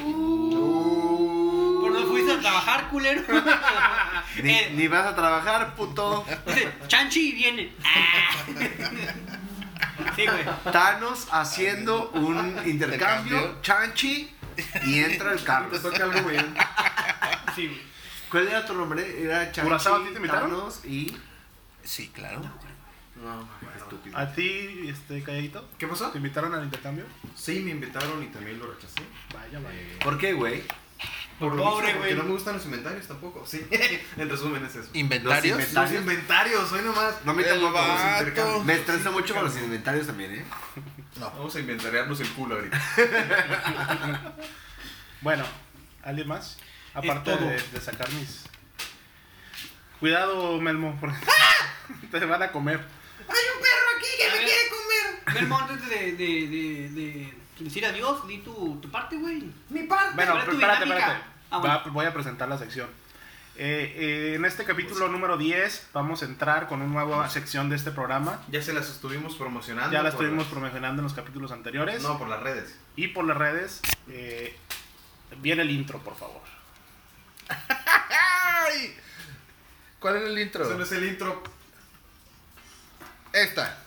Speaker 3: Por no fuiste a trabajar, culero.
Speaker 2: Ni,
Speaker 3: Eh,
Speaker 2: ni vas a trabajar, puto.
Speaker 3: Dice, Chanchi y viene. Ah. Sí, güey.
Speaker 2: Thanos haciendo un intercambio.
Speaker 5: Intercambio.
Speaker 2: Chanchi Y entra el
Speaker 4: Te
Speaker 2: Carlos.
Speaker 4: toca algo bien.
Speaker 3: Sí, güey.
Speaker 2: ¿Cuál era tu nombre? Era Chanchi,
Speaker 1: ¿Curazao a ti te invitaron?
Speaker 2: Carlos y...
Speaker 5: Sí, claro.
Speaker 4: No, bueno.
Speaker 2: Estúpido.
Speaker 1: ¿A ti, este, calladito?
Speaker 4: ¿Qué pasó?
Speaker 1: ¿Te invitaron al intercambio?
Speaker 4: Sí, me invitaron y también lo rechacé.
Speaker 1: Vaya, vaya.
Speaker 4: Eh,
Speaker 2: ¿Por qué, güey?
Speaker 4: por lo
Speaker 3: Pobre,
Speaker 4: mismo, porque
Speaker 3: güey.
Speaker 4: no me gustan los inventarios tampoco. Sí, en resumen es eso.
Speaker 5: Inventarios.
Speaker 2: Los
Speaker 4: Los inventarios, hoy nomás.
Speaker 2: No me
Speaker 5: El
Speaker 2: tampoco.
Speaker 5: vato.
Speaker 4: intercambios.
Speaker 2: Me estresa mucho con los inventarios también, ¿eh?
Speaker 4: Vamos a inventariarnos el culo ahorita.
Speaker 1: Bueno, ¿alguien más? Aparte
Speaker 3: Es todo.
Speaker 1: de, de sacar mis... Cuidado, Melmo, porque te van a comer.
Speaker 6: Hay un perro aquí que
Speaker 3: A
Speaker 6: me
Speaker 3: ver.
Speaker 6: quiere comer.
Speaker 3: Melmo, antes de, de, de, de decir adiós, di tu, tu parte, güey.
Speaker 6: Mi parte.
Speaker 1: Bueno,
Speaker 3: ¿Cuál es tu
Speaker 1: espérate,
Speaker 3: dinámica?
Speaker 1: espérate.
Speaker 3: Ah, bueno.
Speaker 1: Va- voy a presentar la sección. Eh, eh, en este capítulo
Speaker 3: Pues.
Speaker 1: número 10 vamos a entrar con una nueva sección de este programa.
Speaker 4: Ya se las estuvimos promocionando.
Speaker 1: Ya la
Speaker 4: por
Speaker 1: estuvimos
Speaker 4: las-
Speaker 1: promocionando en los capítulos anteriores.
Speaker 4: No, por las redes.
Speaker 1: Y por las redes, eh, viene el intro, por favor.
Speaker 5: ¡Ay! ¿Cuál era el intro?
Speaker 4: Eso no es el intro.
Speaker 5: Esta.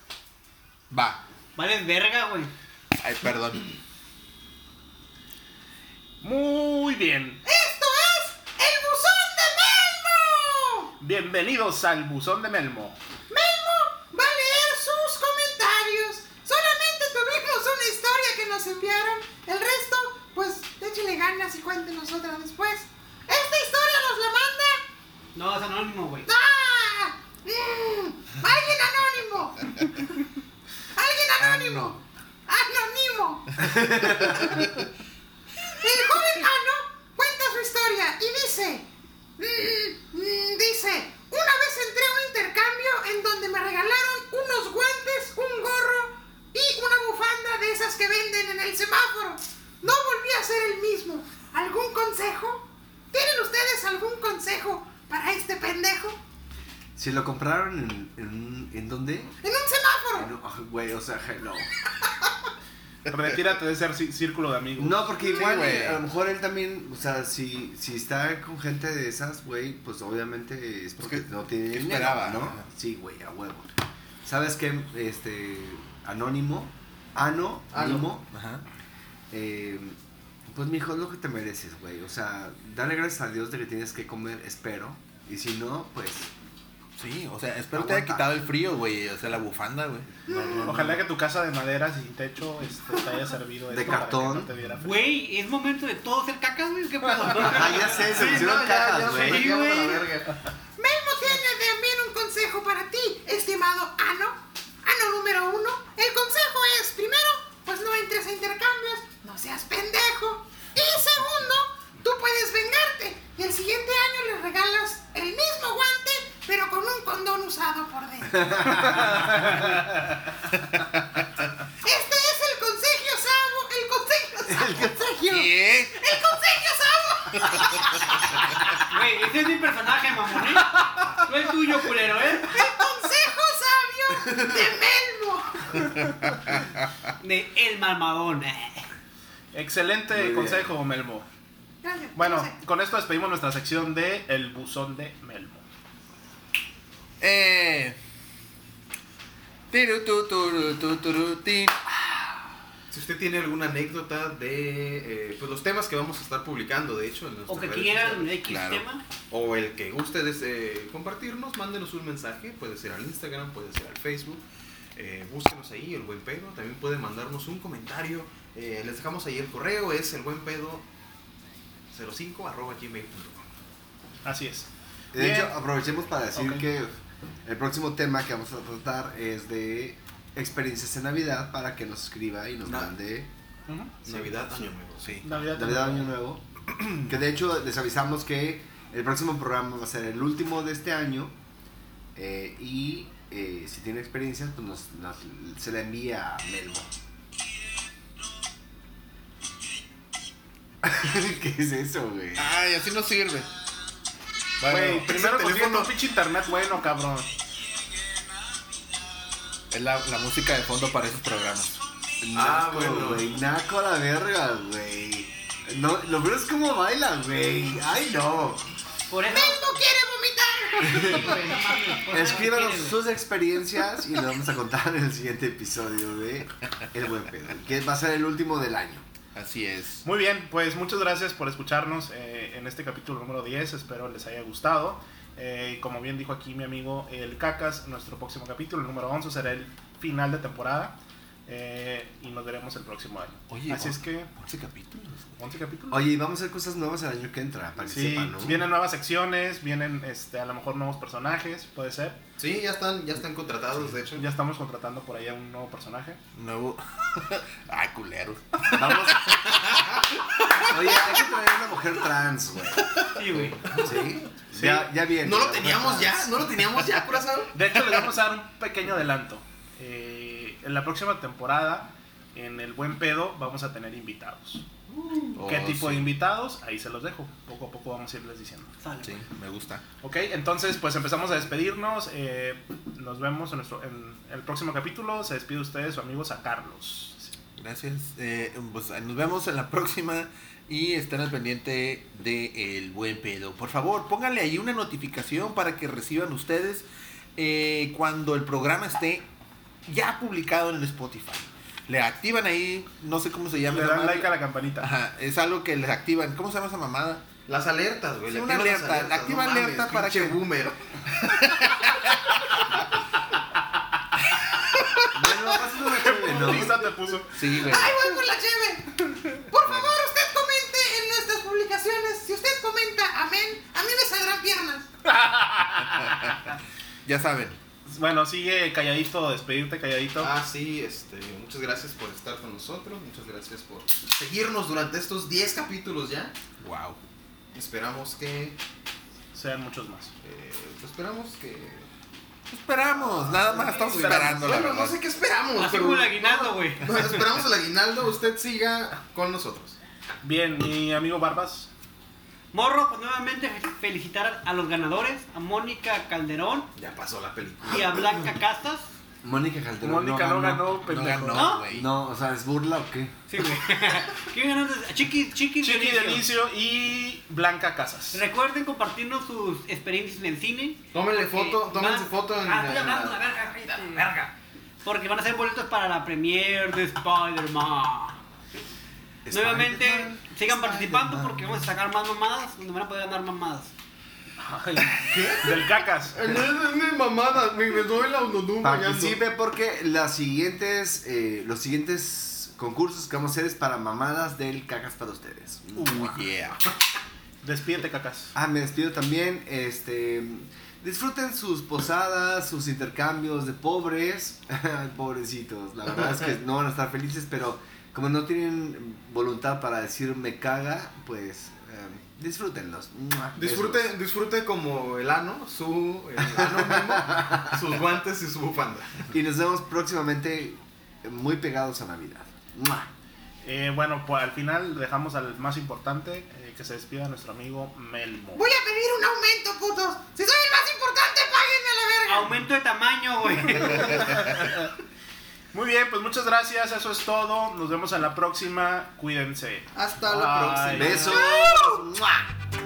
Speaker 5: Va.
Speaker 3: Vale, verga, güey.
Speaker 5: Ay, perdón.
Speaker 1: Muy bien.
Speaker 6: Esto es el buzón de Melmo.
Speaker 1: Bienvenidos al buzón de Melmo.
Speaker 6: Melmo va a leer sus comentarios. Solamente tuvimos una historia que nos enviaron. El resto, pues échale ganas y cuéntenos otra después. Esta historia nos la manda
Speaker 3: No, es anónimo, güey.
Speaker 6: ¡Ah! Mm, ¡Alguien anónimo! ¡Alguien anónimo! ¡Anónimo! El joven Ano cuenta su historia y dice... mm, mm, dice... Una vez entré a un intercambio en donde me regalaron unos guantes, un gorro y una bufanda de esas que venden en el semáforo. No volví a ser el mismo. ¿Algún consejo? ¿Tienen ustedes algún consejo para este pendejo?
Speaker 2: Si lo compraron en... ¿En, en dónde?
Speaker 6: En un semáforo.
Speaker 2: En- ah, Güey, o sea, no.
Speaker 1: Retírate de ese cí- círculo de amigos.
Speaker 2: No, porque igual
Speaker 5: güey.
Speaker 2: eh, a lo mejor él también, o sea, si, si está con gente de esas, güey, pues obviamente es porque
Speaker 5: Pues que-
Speaker 2: no tiene
Speaker 5: que
Speaker 2: dinero,
Speaker 5: esperaba,
Speaker 2: ¿no?
Speaker 5: ajá.
Speaker 2: Sí, güey, a huevo. ¿Sabes qué? Este, anónimo, ano,
Speaker 4: Ano.
Speaker 2: animo,
Speaker 5: Ajá.
Speaker 2: eh, pues mijo, es lo que te mereces, güey. O sea, dale gracias a Dios de que tienes que comer, espero. Y si no, pues...
Speaker 5: Sí, o sea, espero te haya
Speaker 2: Aguanta.
Speaker 5: quitado el frío, güey. O sea, la bufanda, güey.
Speaker 2: no, no, no.
Speaker 1: Ojalá que tu casa de madera sin techo este, te haya servido
Speaker 2: De
Speaker 1: esto para
Speaker 2: cartón.
Speaker 1: que no te diera frío.
Speaker 3: Güey, es momento de todos ser cacas, güey. ¿Qué pedo?
Speaker 2: Ah, ya sé, se
Speaker 4: Sí,
Speaker 2: pusieron
Speaker 4: no, ya,
Speaker 2: caras,
Speaker 4: ya,
Speaker 2: güey.
Speaker 4: nos
Speaker 3: Sí,
Speaker 4: llegamos a la
Speaker 3: güey.
Speaker 4: verga.
Speaker 6: Melmo tiene también un consejo para ti, estimado Ano. Ano número uno. El consejo es, primero, pues no entres a intercambios, no seas pendejo. Y segundo, tú puedes vengarte. Y el siguiente año le regalas el mismo guante, pero con un condón usado por dentro. este es el consejo sabo, el consejo sabo. El consejo.
Speaker 5: ¿Qué?
Speaker 6: El consejo sabo.
Speaker 3: Güey, ese es mi personaje, mamón. ¿eh? No el tuyo, culero, ¿eh?
Speaker 6: Consejo sabio de Melmo.
Speaker 3: De El Mamadón. eh.
Speaker 1: Excelente
Speaker 2: Muy bien.
Speaker 1: consejo, Melmo.
Speaker 6: Gracias.
Speaker 1: Bueno,
Speaker 6: Consejo.
Speaker 1: con esto despedimos nuestra sección de El buzón de Melmo.
Speaker 5: Eh. Tiru, tu, turu, tu, turu, tin.
Speaker 4: Si usted tiene alguna anécdota de eh, pues los temas que vamos a estar publicando, de hecho, en nuestras
Speaker 3: O que
Speaker 4: redes
Speaker 3: quieran
Speaker 4: sociales.
Speaker 3: X
Speaker 5: Claro.
Speaker 3: tema.
Speaker 4: o el que guste des- eh, compartirnos, mándenos un mensaje, puede ser al Instagram, puede ser al Facebook, eh, búsquenos ahí, el buen pedo, también pueden mandarnos un comentario, eh, les dejamos ahí el correo, es el buen pedo 05 arroba gmail.com.
Speaker 1: Así es.
Speaker 2: De hecho,
Speaker 1: Bien.
Speaker 2: aprovechemos para decir
Speaker 1: Ok.
Speaker 2: que el próximo tema que vamos a tratar es de experiencias en Navidad para que nos escriba y nos
Speaker 4: Na-
Speaker 2: mande
Speaker 1: Ujú.
Speaker 4: Navidad, Año Nuevo.
Speaker 5: Sí.
Speaker 1: Navidad,
Speaker 2: Navidad Año Nuevo. Que de hecho les avisamos que el próximo programa va a ser el último de este año eh, y eh, si tiene experiencias pues nos, nos- se la envía a Melmo. ¿Qué es eso, güey?
Speaker 5: Ay, así no sirve.
Speaker 1: Güey,
Speaker 5: Bueno,
Speaker 1: primero
Speaker 4: ese
Speaker 1: consigue
Speaker 4: teléfono-
Speaker 1: un pinche internet bueno, cabrón.
Speaker 5: es la, la música de fondo para esos programas.
Speaker 4: Ah,
Speaker 2: Naco,
Speaker 4: bueno.
Speaker 2: güey. Naco a la verga, güey. No, lo peor es cómo baila, güey. Ay, no.
Speaker 3: Por eso.
Speaker 6: Melmo quiere vomitar.
Speaker 3: Sí, güey, no mames, por eso
Speaker 2: Escríbanos
Speaker 3: quieren, güey.
Speaker 2: sus experiencias y lo vamos a contar en el siguiente episodio de El Buen Pedo, que va a ser el último del año.
Speaker 5: Así es.
Speaker 1: Muy bien, pues muchas gracias por escucharnos eh, en este capítulo número 10. Espero les haya gustado. Eh, como bien dijo aquí mi amigo el Cacas, nuestro próximo capítulo, el número 11, será el final de temporada. eh, y nos veremos el próximo año.
Speaker 5: Oye,
Speaker 1: Así es que,
Speaker 5: 11 capítulos.
Speaker 1: 11 capítulos.
Speaker 2: Oye, y vamos a hacer cosas nuevas el año que entra, para que
Speaker 1: Sí,
Speaker 2: sepan, ¿no?
Speaker 1: vienen nuevas secciones, vienen este, a lo mejor nuevos personajes, puede ser.
Speaker 4: Sí, ya están, ya están contratados, de hecho.
Speaker 1: Ya estamos contratando por ahí a un nuevo personaje.
Speaker 5: Nuevo. ah, culero.
Speaker 2: Vamos. Oye, hay que traer una mujer trans, güey.
Speaker 3: Sí, güey.
Speaker 2: ¿Sí?
Speaker 1: Sí.
Speaker 2: Ya, ya viene.
Speaker 4: No lo
Speaker 2: la mujer
Speaker 4: teníamos ya,
Speaker 2: trans.
Speaker 4: no lo teníamos ya, curazao.
Speaker 1: De hecho, les vamos a dar un pequeño adelanto. Eh, en la próxima temporada, en el Buen Pedo, vamos a tener invitados. ¿Qué
Speaker 5: Oh,
Speaker 1: tipo de
Speaker 5: sí,
Speaker 1: invitados? Ahí se los dejo. Poco a poco vamos a irles diciendo.
Speaker 3: Sale.
Speaker 5: Sí, me gusta.
Speaker 1: Ok, entonces pues empezamos a despedirnos. eh, nos vemos en, nuestro, en el próximo capítulo. Se despide ustedes, su amigo a Carlos.
Speaker 5: Gracias. Eh, pues, nos vemos en la próxima y estén al pendiente de El Buen Pedo. Por favor, pónganle ahí una notificación para que reciban ustedes eh, cuando el programa esté ya publicado en el Spotify. Le activan ahí, no sé cómo se llama.
Speaker 1: Le
Speaker 5: esa
Speaker 1: dan
Speaker 5: madre.
Speaker 1: like a la campanita.
Speaker 5: Ajá, es algo que les activan. ¿Cómo se llama esa mamada?
Speaker 4: Las alertas, güey.
Speaker 5: Sí,
Speaker 4: le
Speaker 5: una
Speaker 4: activan las
Speaker 5: alerta,
Speaker 4: alertas,
Speaker 5: activa
Speaker 4: no mames,
Speaker 5: alerta para
Speaker 4: pinche
Speaker 5: que-
Speaker 4: boomer.
Speaker 2: Bueno, pásalo de nuevo.
Speaker 1: Lista te puso.
Speaker 5: Sí, güey.
Speaker 6: ¡Ay, voy por la cheve! Por favor, usted comente en nuestras publicaciones. Si usted comenta amén, a mí me saldrán piernas.
Speaker 5: Ya saben.
Speaker 1: Bueno, sigue calladito, despedirte calladito.
Speaker 4: Ah, sí, este, muchas gracias por estar con nosotros, muchas gracias por seguirnos durante estos 10 capítulos ya.
Speaker 5: Wow.
Speaker 4: Esperamos que, eh,
Speaker 1: Sean muchos más.
Speaker 4: pues esperamos que...
Speaker 5: Esperamos, nada más, estamos
Speaker 4: Bueno,
Speaker 5: esperando, la
Speaker 4: Bueno,
Speaker 5: verdad.
Speaker 4: no sé qué esperamos,
Speaker 3: Así
Speaker 4: pero...
Speaker 3: como el aguinaldo, güey.
Speaker 4: No, esperamos el aguinaldo, usted siga con nosotros.
Speaker 1: Bien, mi amigo Barbas.
Speaker 3: Morro, pues nuevamente fe- felicitar a los ganadores, a Mónica Calderón
Speaker 4: Ya pasó la película.
Speaker 3: y a Blanca Casas.
Speaker 2: Mónica Calderón.
Speaker 1: Mónica no ganó,
Speaker 5: No
Speaker 1: pendejo.
Speaker 5: ganó,
Speaker 3: ¿No?
Speaker 5: güey.
Speaker 2: No, o sea, ¿es burla o qué?
Speaker 3: Sí, güey. ¿Quién ganó? Chiqui,
Speaker 1: Chiqui
Speaker 3: Chiqui, Dionisio.
Speaker 1: Dionisio y Blanca Casas.
Speaker 3: Recuerden compartirnos sus experiencias en el cine.
Speaker 4: Tómenle
Speaker 3: Porque
Speaker 4: foto, tómense
Speaker 3: van-
Speaker 4: foto en...
Speaker 3: Ah, estoy
Speaker 4: en-
Speaker 3: hablando, la verga, cállate. Porque van a ser boletos para la premiere de Spider-Man. Nuevamente,
Speaker 4: Spider-Man,
Speaker 3: sigan participando
Speaker 4: Spider-Man.
Speaker 3: porque vamos a sacar más mamadas donde van a poder ganar mamadas.
Speaker 1: Ay, Del Cacas.
Speaker 4: Eh, No es mi mamada, me, me doy la autodum
Speaker 5: Ah,
Speaker 2: Participe porque las siguientes, eh, los siguientes concursos que vamos a hacer es para mamadas del cacas para ustedes.
Speaker 5: Uh, yeah.
Speaker 1: Despídete, Cacas.
Speaker 2: Ah, me despido también. Este, disfruten sus posadas, sus intercambios de pobres. Pobrecitos, la verdad es que no van a estar felices, pero como no tienen voluntad para decir me caga, pues eh, disfrútenlos. Mua, besos.
Speaker 4: Disfrute, disfrute como el ano, su el ano mismo, sus guantes y su bufanda.
Speaker 2: Y nos vemos próximamente eh, muy pegados a Navidad. Mua.
Speaker 1: Eh, bueno, pues al final dejamos al más importante, eh, que se despida nuestro amigo Melmo.
Speaker 6: Voy a pedir un aumento, putos. Si soy el más importante, páguenme a la verga.
Speaker 3: Aumento de tamaño, güey.
Speaker 1: Muy bien, pues muchas gracias, eso es todo. Nos vemos en la próxima. Cuídense.
Speaker 4: Hasta
Speaker 1: Bye.
Speaker 4: la próxima.
Speaker 2: Besos. Mua.